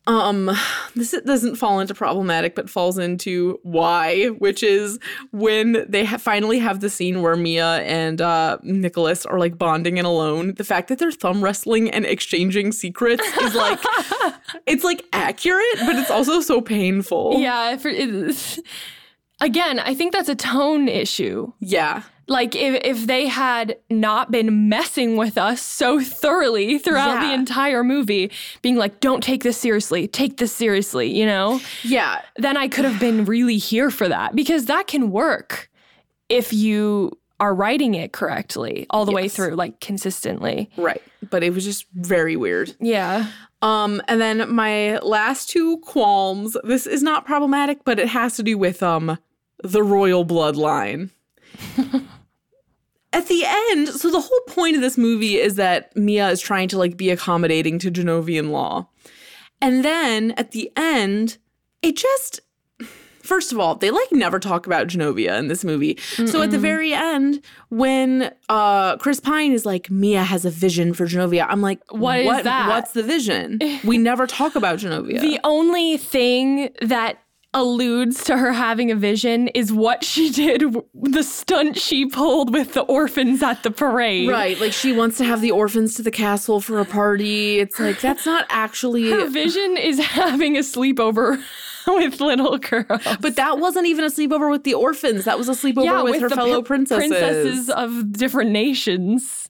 S1: um this doesn't fall into problematic but falls into why which is when they ha- finally have the scene where mia and uh nicholas are like bonding and alone the fact that they're thumb wrestling and exchanging secrets is like it's like accurate but it's also so painful
S2: yeah. For, it, again, I think that's a tone issue.
S1: yeah
S2: Like if if they had not been messing with us so thoroughly throughout
S1: Yeah.
S2: the entire movie, being like, "Don't take this seriously. Take this seriously," you know.
S1: yeah
S2: then I could have been really here for that because that can work if you are writing it correctly all the way
S1: Yes.
S2: through, like consistently.
S1: right but it was just very weird
S2: Yeah.
S1: Um, and then my last two qualms. This is not problematic, but it has to do with um the royal bloodline. At the end, so the whole point of this movie is that Mia is trying to like be accommodating to Genovian law. And then at the end, it just first of all, they like never talk about Genovia in this movie. So at the very end, when uh Chris Pine is like, Mia has a vision for Genovia, I'm like,
S2: What is that?"
S1: What's the vision? We never talk about Genovia.
S2: The only thing that alludes to her having a vision is what she did, w- the stunt she pulled with the orphans at the parade.
S1: Right. Like she wants to have the orphans to the castle for a party. It's like that's not actually
S2: Her vision is having a sleepover with little girl.
S1: But that wasn't even a sleepover with the orphans. That was a sleepover with, her
S2: the
S1: fellow
S2: pr-
S1: princesses.
S2: princesses of different nations.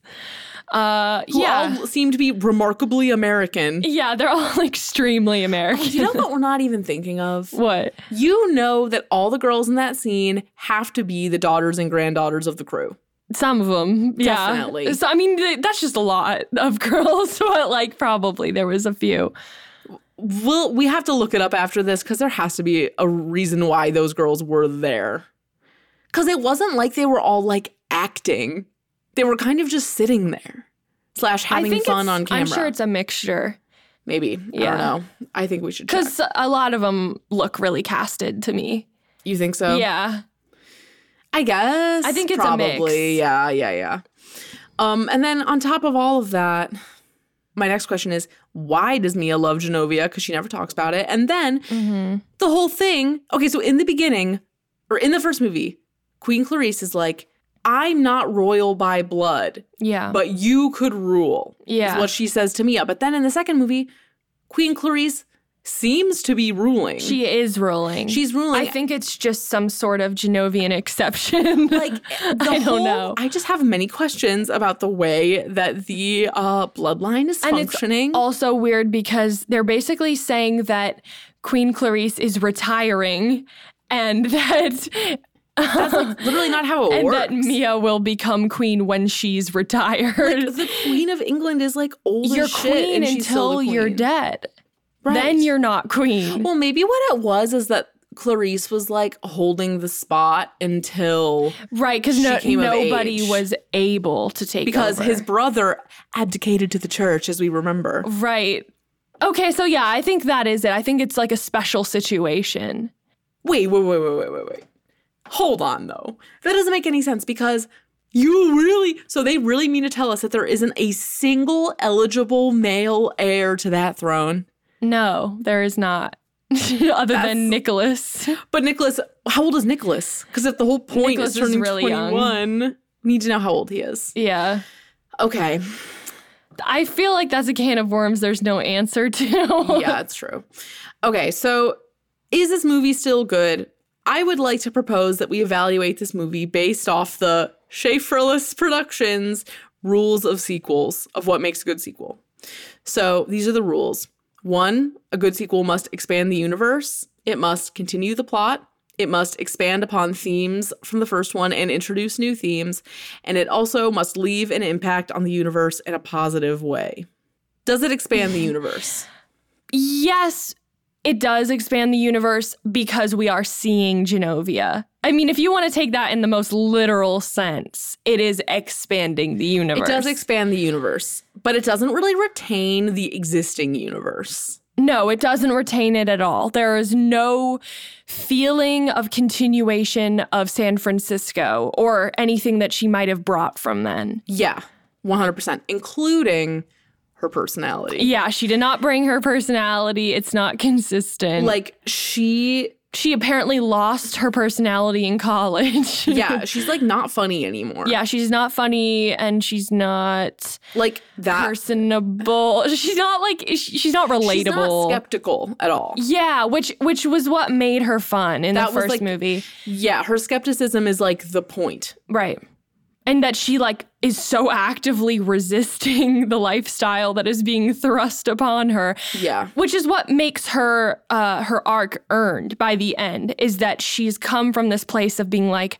S2: Uh,
S1: who
S2: yeah,
S1: all seem to be remarkably American.
S2: yeah, they're all extremely American.
S1: Do you know what we're not even thinking of?
S2: what?
S1: You know that all the girls in that scene have to be the daughters and granddaughters of the crew.
S2: Some of them, yeah.
S1: Definitely.
S2: So I mean, th- that's just a lot of girls, but like probably there was a few.
S1: We'll, we have to look it up after this because there has to be a reason why those girls were there. Because it wasn't like they were all like acting, they were kind of just sitting there, slash
S2: I
S1: having
S2: think
S1: fun
S2: it's-
S1: on camera.
S2: I'm sure it's a mixture
S1: Maybe.
S2: Yeah.
S1: I don't know. I think we should check.
S2: because a lot of them look really casted to me.
S1: You think so?
S2: Yeah,
S1: I guess.
S2: I think it's a
S1: probably.
S2: mix.
S1: Yeah, yeah, yeah. Um, and then on top of all of that, my next question is why does Mia love Genovia? Because she never talks about it. And then
S2: Mm-hmm.
S1: the whole thing. Okay, so in the beginning, or in the first movie, Queen Clarice is like, I'm not royal by blood,
S2: yeah,
S1: but you could rule.
S2: Yeah.
S1: Is what she says to Mia. But then in the second movie, Queen Clarice seems to be ruling.
S2: she is rolling.
S1: She's ruling.
S2: I think it's just some sort of Genovian exception.
S1: like the
S2: I don't
S1: whole-
S2: know.
S1: I just have many questions about the way that the uh, bloodline is
S2: And it's
S1: functioning.
S2: also weird because they're basically saying that Queen Clarice is retiring and that
S1: That's like literally not how it
S2: and
S1: works.
S2: that Mia will become queen when she's retired.
S1: the Queen of England is like old
S2: you're
S1: as shit,
S2: queen
S1: and she's still
S2: until
S1: the
S2: you're
S1: queen.
S2: dead.
S1: Right.
S2: Then you're not queen.
S1: Well, maybe what it was is that Clarice was like holding the spot until
S2: right, because
S1: she
S2: no,
S1: came of
S2: nobody
S1: age.
S2: was able to take
S1: because
S2: over.
S1: his brother abdicated to the church, as we remember.
S2: right. Okay, so yeah, I think that is it. I think it's like a special situation.
S1: Wait, wait, wait, wait, wait, wait, wait. Hold on, though. That doesn't make any sense because you really, so they really mean to tell us that there isn't a single eligible male heir to that throne.
S2: No, there is not. Other than Nicholas.
S1: But Nicholas, how old is Nicholas? Because if the whole point
S2: Nicholas
S1: is
S2: is
S1: turning
S2: really young.
S1: 21, we need to know how old he is.
S2: Yeah.
S1: Okay.
S2: I feel like that's a can of worms there's no answer to.
S1: yeah, it's true. Okay, so is this movie still good? I would like to propose that we evaluate this movie based off the Schaeferless Productions rules of sequels of what makes a good sequel. So these are the rules. One, a good sequel must expand the universe, it must continue the plot, it must expand upon themes from the first one and introduce new themes, and it also must leave an impact on the universe in a positive way. Does it expand the universe?
S2: Yes, it does expand the universe because we are seeing Genovia. I mean, if you want to take that in the most literal sense, it is expanding the universe.
S1: It does expand the universe, but it doesn't really retain the existing universe.
S2: No, it doesn't retain it at all. There is no feeling of continuation of San Francisco or anything that she might have brought from then.
S1: Yeah, 100%, including her personality.
S2: Yeah, she did not bring her personality. It's not consistent.
S1: Like, she,
S2: she apparently lost her personality in college.
S1: yeah, she's like not funny anymore.
S2: Yeah, she's not funny and she's not
S1: Like that.
S2: personable. She's not like sh- she's not relatable.
S1: Uh, She's not skeptical at all.
S2: yeah, which which was what made her fun in
S1: That
S2: the
S1: was,
S2: first
S1: like-
S2: movie.
S1: Yeah, her skepticism is like the point.
S2: Right. And that she like is so actively resisting the lifestyle that is being thrust upon her.
S1: Yeah.
S2: Which is what makes her uh, her arc earned by the end is that she's come from this place of being like,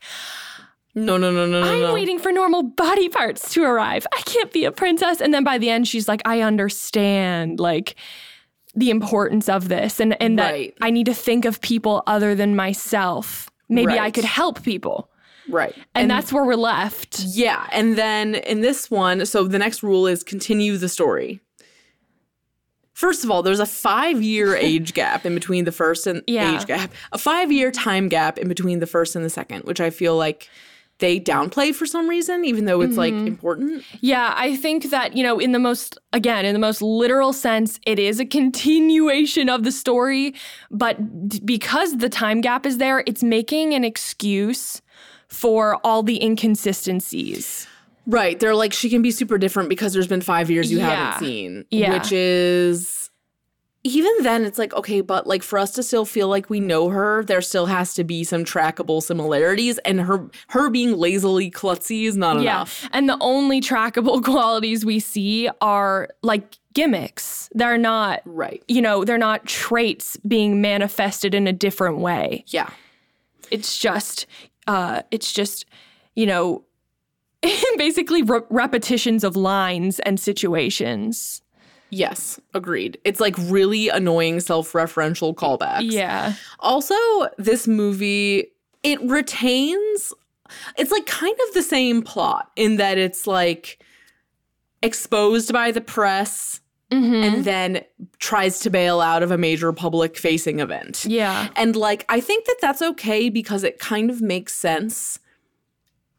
S1: No, no, no, no, no.
S2: I'm
S1: no.
S2: waiting for normal body parts to arrive. I can't be a princess. And then by the end, she's like, I understand, like, the importance of this and, and that
S1: Right.
S2: I need to think of people other than myself. Maybe I
S1: Right.
S2: could help people.
S1: Right.
S2: And, that's where we're left.
S1: Yeah. And then in this one, so the next rule is continue the story. First of all, there's a five year age gap in between the first and
S2: Yeah.
S1: age gap, a five year time gap in between the first and the second, which I feel like they downplay for some reason, even though it's like
S2: Mhm.
S1: important.
S2: Yeah, I think that, you know, in the most, again, in the most literal sense, it is a continuation of the story. But d- because the time gap is there, it's making an excuse for all the inconsistencies.
S1: Right. They're like, she can be super different because there's been five years you
S2: Yeah.
S1: haven't seen.
S2: Yeah.
S1: Which is, even then, it's like, okay, but like for us to still feel like we know her, there still has to be some trackable similarities. And her her being lazily klutzy is not
S2: yeah.
S1: enough.
S2: And the only trackable qualities we see are like gimmicks. They're not,
S1: Right.
S2: you know, they're not traits being manifested in a different way.
S1: Yeah.
S2: it's just uh it's just you know basically re- repetitions of lines and situations
S1: Yes. Agreed. It's like really annoying self referential callbacks.
S2: yeah
S1: Also, this movie, it retains it's like kind of the same plot in that it's like exposed by the press
S2: Mm-hmm.
S1: and then tries to bail out of a major public facing event.
S2: yeah
S1: And like I think that that's okay because it kind of makes sense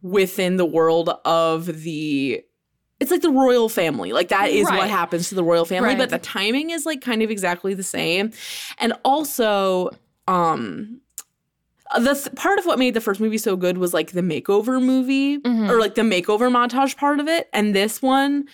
S1: within the world of the it's like the royal family. Like that is
S2: Right.
S1: what happens to the royal family,
S2: Right.
S1: but the timing is like kind of exactly the same. And also um the th- part of what made the first movie so good was like the makeover movie
S2: Mm-hmm.
S1: or like the makeover montage part of it and this one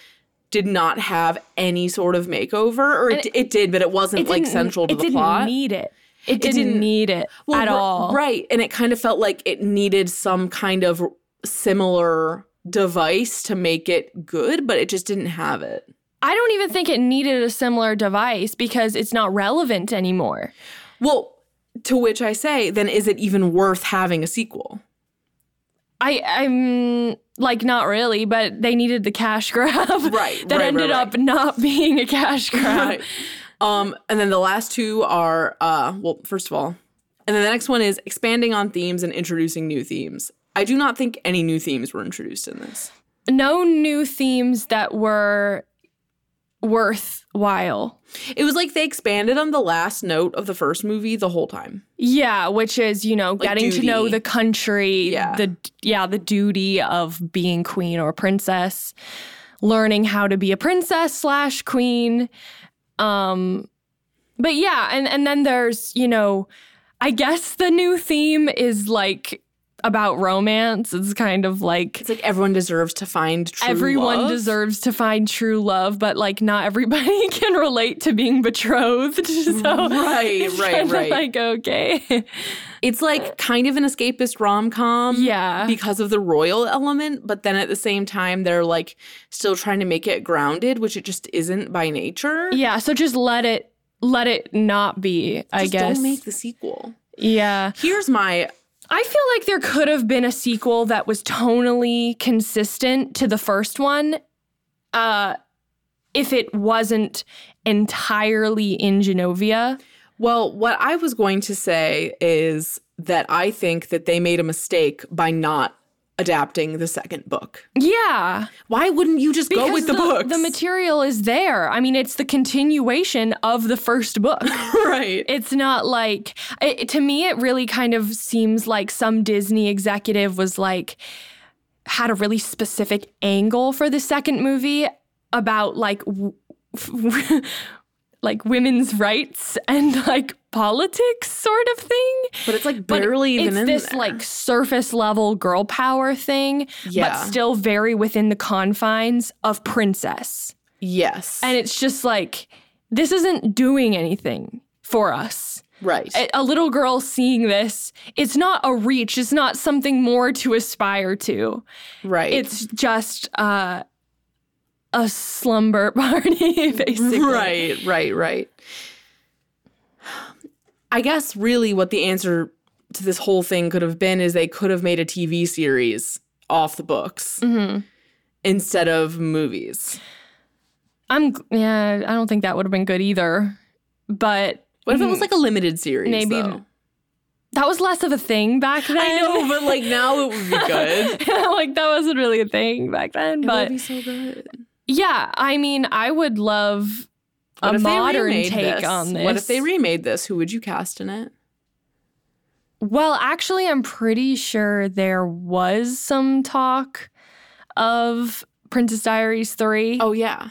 S1: did not have any sort of makeover or
S2: And
S1: it, it did but it wasn't like
S2: didn't-
S1: central to
S2: it
S1: the
S2: didn't
S1: plot
S2: need it it didn't,
S1: didn't-
S2: need it
S1: well,
S2: at
S1: r-
S2: all
S1: Right. And it kind of felt like it needed some kind of similar device to make it good, but it just didn't have it.
S2: i don't even think it needed a similar device because it's not relevant anymore
S1: Well, to which I say, then is it even worth having a sequel?
S2: I I'm like not really, but they needed the cash grab
S1: Right,
S2: that
S1: right, right,
S2: ended
S1: right.
S2: up not being a cash grab.
S1: Right. Um, and then the last two are uh, well, first of all, and then the next one is expanding on themes and introducing new themes. I do not think any new themes were introduced in this.
S2: no new themes that were worthwhile.
S1: It was like they expanded on the last note of the first movie the whole time.
S2: Yeah, which is, you know, getting to know
S1: duty.
S2: the country,
S1: Yeah.
S2: the yeah, the duty of being queen or princess, learning how to be a princess slash queen. Um but yeah, and and then there's, you know, I guess the new theme is like about romance. It's kind of like
S1: It's like everyone deserves to find true
S2: everyone
S1: love.
S2: deserves to find true love, but like not everybody can relate to being betrothed. So
S1: Right,
S2: it's
S1: right,
S2: kinda
S1: right.
S2: Like okay,
S1: It's like kind of an escapist rom com.
S2: Yeah.
S1: Because of the royal element, but then at the same time, they're like still trying to make it grounded, which it just isn't by nature.
S2: yeah. So just let it let it not be. I
S1: Just
S2: guess.
S1: Don't make the sequel.
S2: yeah,
S1: Here's my
S2: I feel like there could have been a sequel that was tonally consistent to the first one, uh, if it wasn't entirely in Genovia.
S1: well, what I was going to say is that I think that they made a mistake by not adapting the second book.
S2: Yeah.
S1: Why wouldn't you just go with the, books?
S2: The material is there. I mean, it's the continuation of the first book.
S1: right.
S2: it's not like it, to me. It really kind of seems like some Disney executive was like had a really specific angle for the second movie about like. W- like women's rights and like politics sort of thing
S1: but it's like
S2: but
S1: barely
S2: it's
S1: even in
S2: this
S1: there.
S2: like surface level girl power thing
S1: Yeah.
S2: but still very within the confines of princess
S1: yes.
S2: and it's just like this isn't doing anything for us
S1: right.
S2: a, a little girl seeing this it's not a reach it's not something more to aspire to
S1: right.
S2: it's just uh a slumber party basically
S1: Right, right, right. I guess really what the answer to this whole thing could have been is they could have made a TV series off the books
S2: Mm-hmm.
S1: instead of movies.
S2: i'm yeah i don't think that would have been good either but
S1: What if it was like a limited series?
S2: Maybe-
S1: though?
S2: that was less of a thing back then
S1: I know, but like now it would be good.
S2: like that wasn't really a thing back then.
S1: But
S2: But
S1: be so good.
S2: yeah, I mean, I would love
S1: What
S2: a
S1: if they
S2: modern
S1: remade
S2: take on this.
S1: What if they remade this? Who would you cast in it?
S2: Well, actually, I'm pretty sure there was some talk of Princess Diaries 3.
S1: Oh, yeah.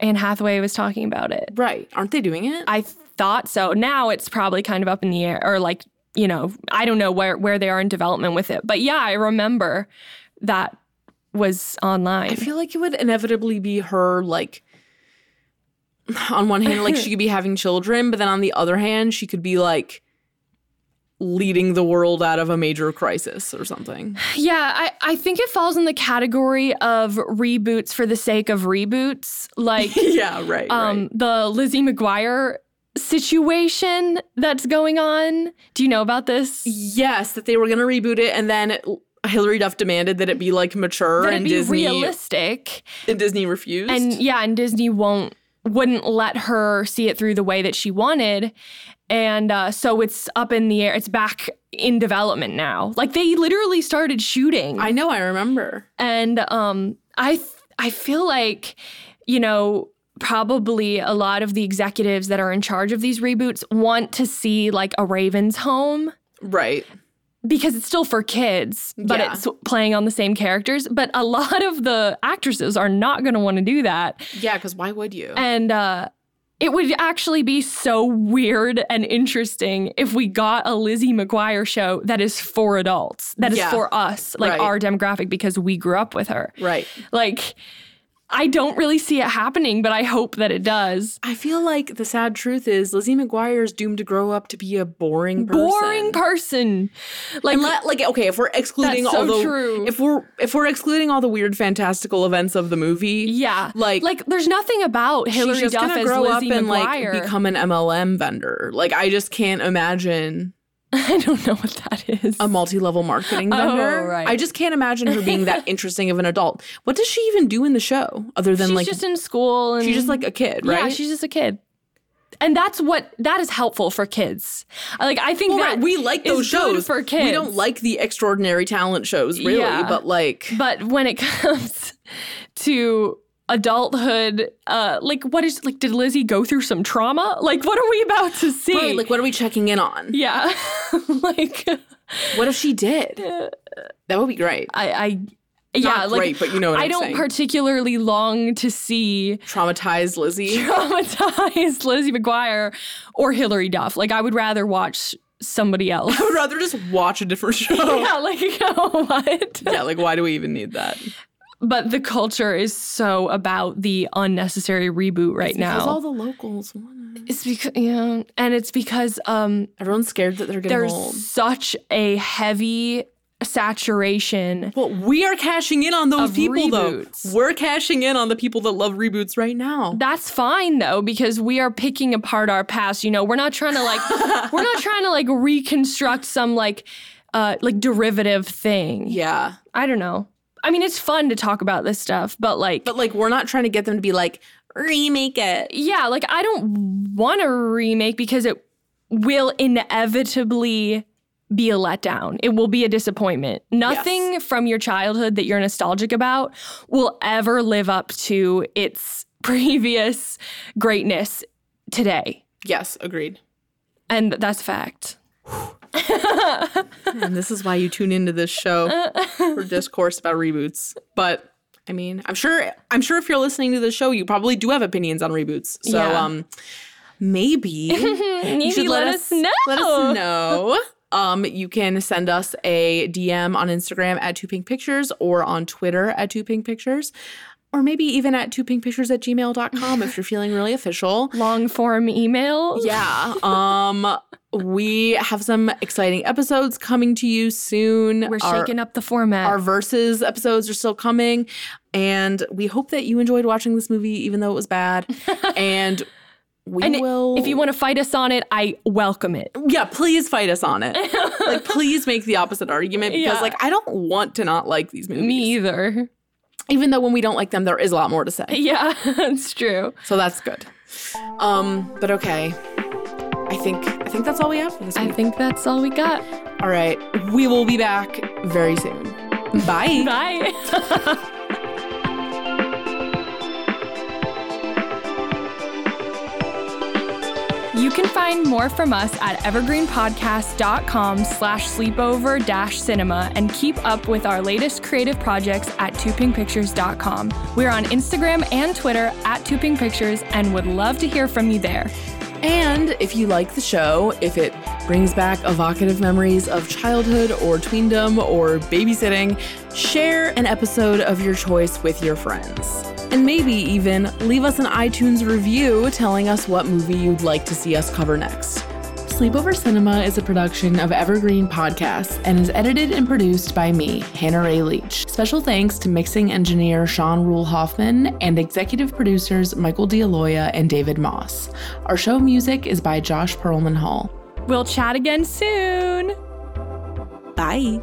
S2: Anne Hathaway was talking about it.
S1: Right. Aren't they doing it?
S2: I thought so. Now it's probably kind of up in the air, or like, you know, I don't know where, where they are in development with it. But yeah, I remember that was online.
S1: I feel like it would inevitably be her, like, on one hand, like she could be having children, but then on the other hand, she could be like leading the world out of a major crisis or something.
S2: Yeah, I, I think it falls in the category of reboots for the sake of reboots. Like,
S1: yeah, right.
S2: um, the Lizzie McGuire situation that's going on. Do you know about this?
S1: Yes, that they were going to reboot it, and then Hillary Duff demanded that it be like mature
S2: That it
S1: and
S2: be
S1: Disney
S2: realistic,
S1: and Disney refused.
S2: and yeah, and Disney won't wouldn't let her see it through the way that she wanted, and uh, so it's up in the air. It's back in development now. Like they literally started shooting.
S1: I know, I remember.
S2: and um i th- i feel like you know probably a lot of the executives that are in charge of these reboots want to see like a raven's home
S1: Right.
S2: because it's still for kids but
S1: Yeah.
S2: it's playing on the same characters but a lot of the actresses are not going to want to do that
S1: Yeah, because why would you?
S2: and uh it would actually be so weird and interesting if we got a Lizzie McGuire show that is for adults, that is
S1: Yeah.
S2: for us, like
S1: Right.
S2: our demographic, because we grew up with her.
S1: right.
S2: Like, I don't really see it happening, but I hope that it does.
S1: I feel like the sad truth is Lizzie McGuire is doomed to grow up to be a boring person.
S2: Boring person. Like,
S1: Unle- like okay, if we're excluding
S2: That's so
S1: all the
S2: true.
S1: if we're if we're excluding all the weird fantastical events of the movie,
S2: yeah,
S1: like-
S2: like there's nothing about Hillary
S1: she's just
S2: Duff
S1: gonna
S2: as
S1: grow
S2: Lizzie
S1: up and
S2: McGuire.
S1: like become an MLM vendor. Like I just can't imagine
S2: I don't know what that is.
S1: a multi-level marketing
S2: Oh,
S1: vendor.
S2: right.
S1: I just can't imagine her being that interesting of an adult. What does she even do in the show other than
S2: she's
S1: like
S2: just in school, and
S1: she's just like a kid,
S2: yeah,
S1: right?
S2: she's just a kid. And that's what that is helpful for kids. Like I think
S1: Well,
S2: that
S1: right, we like
S2: is
S1: those
S2: good
S1: shows
S2: for kids.
S1: We don't like the extraordinary talent shows, really,
S2: Yeah.
S1: but like
S2: But when it comes to adulthood, uh, like what is like? Did Lizzie go through some trauma? Like what are we about to see?
S1: right, like what are we checking in on?
S2: yeah, like
S1: What if she did? That would be great.
S2: I, I yeah,
S1: Not
S2: like
S1: great, but you know what
S2: I
S1: I'm
S2: don't
S1: saying.
S2: particularly long to see
S1: Traumatized Lizzie.
S2: traumatized Lizzie McGuire or Hillary Duff. Like I would rather watch somebody else.
S1: I would rather just watch a different show.
S2: yeah, like you know what?
S1: yeah, like why do we even need that?
S2: But the culture is so about the unnecessary reboot right now.
S1: Because all the locals want it.
S2: It's because yeah, and it's because um
S1: Everyone's scared that they're getting
S2: there's
S1: old.
S2: such a heavy saturation.
S1: Well, we are cashing in on those
S2: Of
S1: people,
S2: reboots.
S1: though. We're cashing in on the people that love reboots right now.
S2: That's fine though because we are picking apart our past. You know, we're not trying to like we're not trying to like reconstruct some like uh like derivative thing.
S1: yeah.
S2: I don't know. I mean, it's fun to talk about this stuff, but like
S1: But, like, we're not trying to get them to be like, remake it.
S2: yeah, like I don't want to remake because it will inevitably be a letdown. It will be a disappointment. Nothing from your childhood that you're nostalgic about will ever live up to its previous greatness today.
S1: Yes, agreed.
S2: And that's a fact.
S1: and this is why you tune into this show for discourse about reboots. But I mean, I'm sure I'm sure if you're listening to this show, you probably do have opinions on reboots. So
S2: Yeah.
S1: um maybe
S2: Maybe
S1: you should let, us,
S2: know.
S1: Let us know. Um, you can send us a DM on Instagram at two pink pictures or on Twitter at two pink pictures. Or maybe even at two pink pictures at gmail.com if you're feeling really official.
S2: Long form email.
S1: Yeah. Um, we have some exciting episodes coming to you soon.
S2: We're
S1: Our-
S2: shaking up the format.
S1: our verses episodes are still coming and we hope that you enjoyed watching this movie even though it was bad and we
S2: And
S1: will
S2: if you want to fight us on it, I welcome it.
S1: yeah please fight us on it like please make the opposite argument because
S2: Yeah.
S1: like i don't want to not like these movies
S2: Me either.
S1: even though when we don't like them there is a lot more to say
S2: Yeah, that's true.
S1: so that's good um but okay i think i think that's all we have for this
S2: I
S1: week
S2: think that's all we got.
S1: all right we will be back very soon bye
S2: Bye. You can find more from us at evergreenpodcast.com slash sleepover dash cinema and keep up with our latest creative projects at tupingpictures.com. We're on Instagram and Twitter at Tuping Pictures and would love to hear from you there.
S1: And if you like the show, if it brings back evocative memories of childhood or tweendom or babysitting, share an episode of your choice with your friends. And maybe even leave us an iTunes review telling us what movie you'd like to see us cover next. Sleepover Cinema is a production of Evergreen Podcasts and is edited and produced by me, Hannah Ray Leach. Special thanks to mixing engineer Sean Rule Hoffman and executive producers Michael D'Aloia and David Moss. Our show music is by Josh Perlman Hall.
S2: We'll chat again soon.
S1: Bye.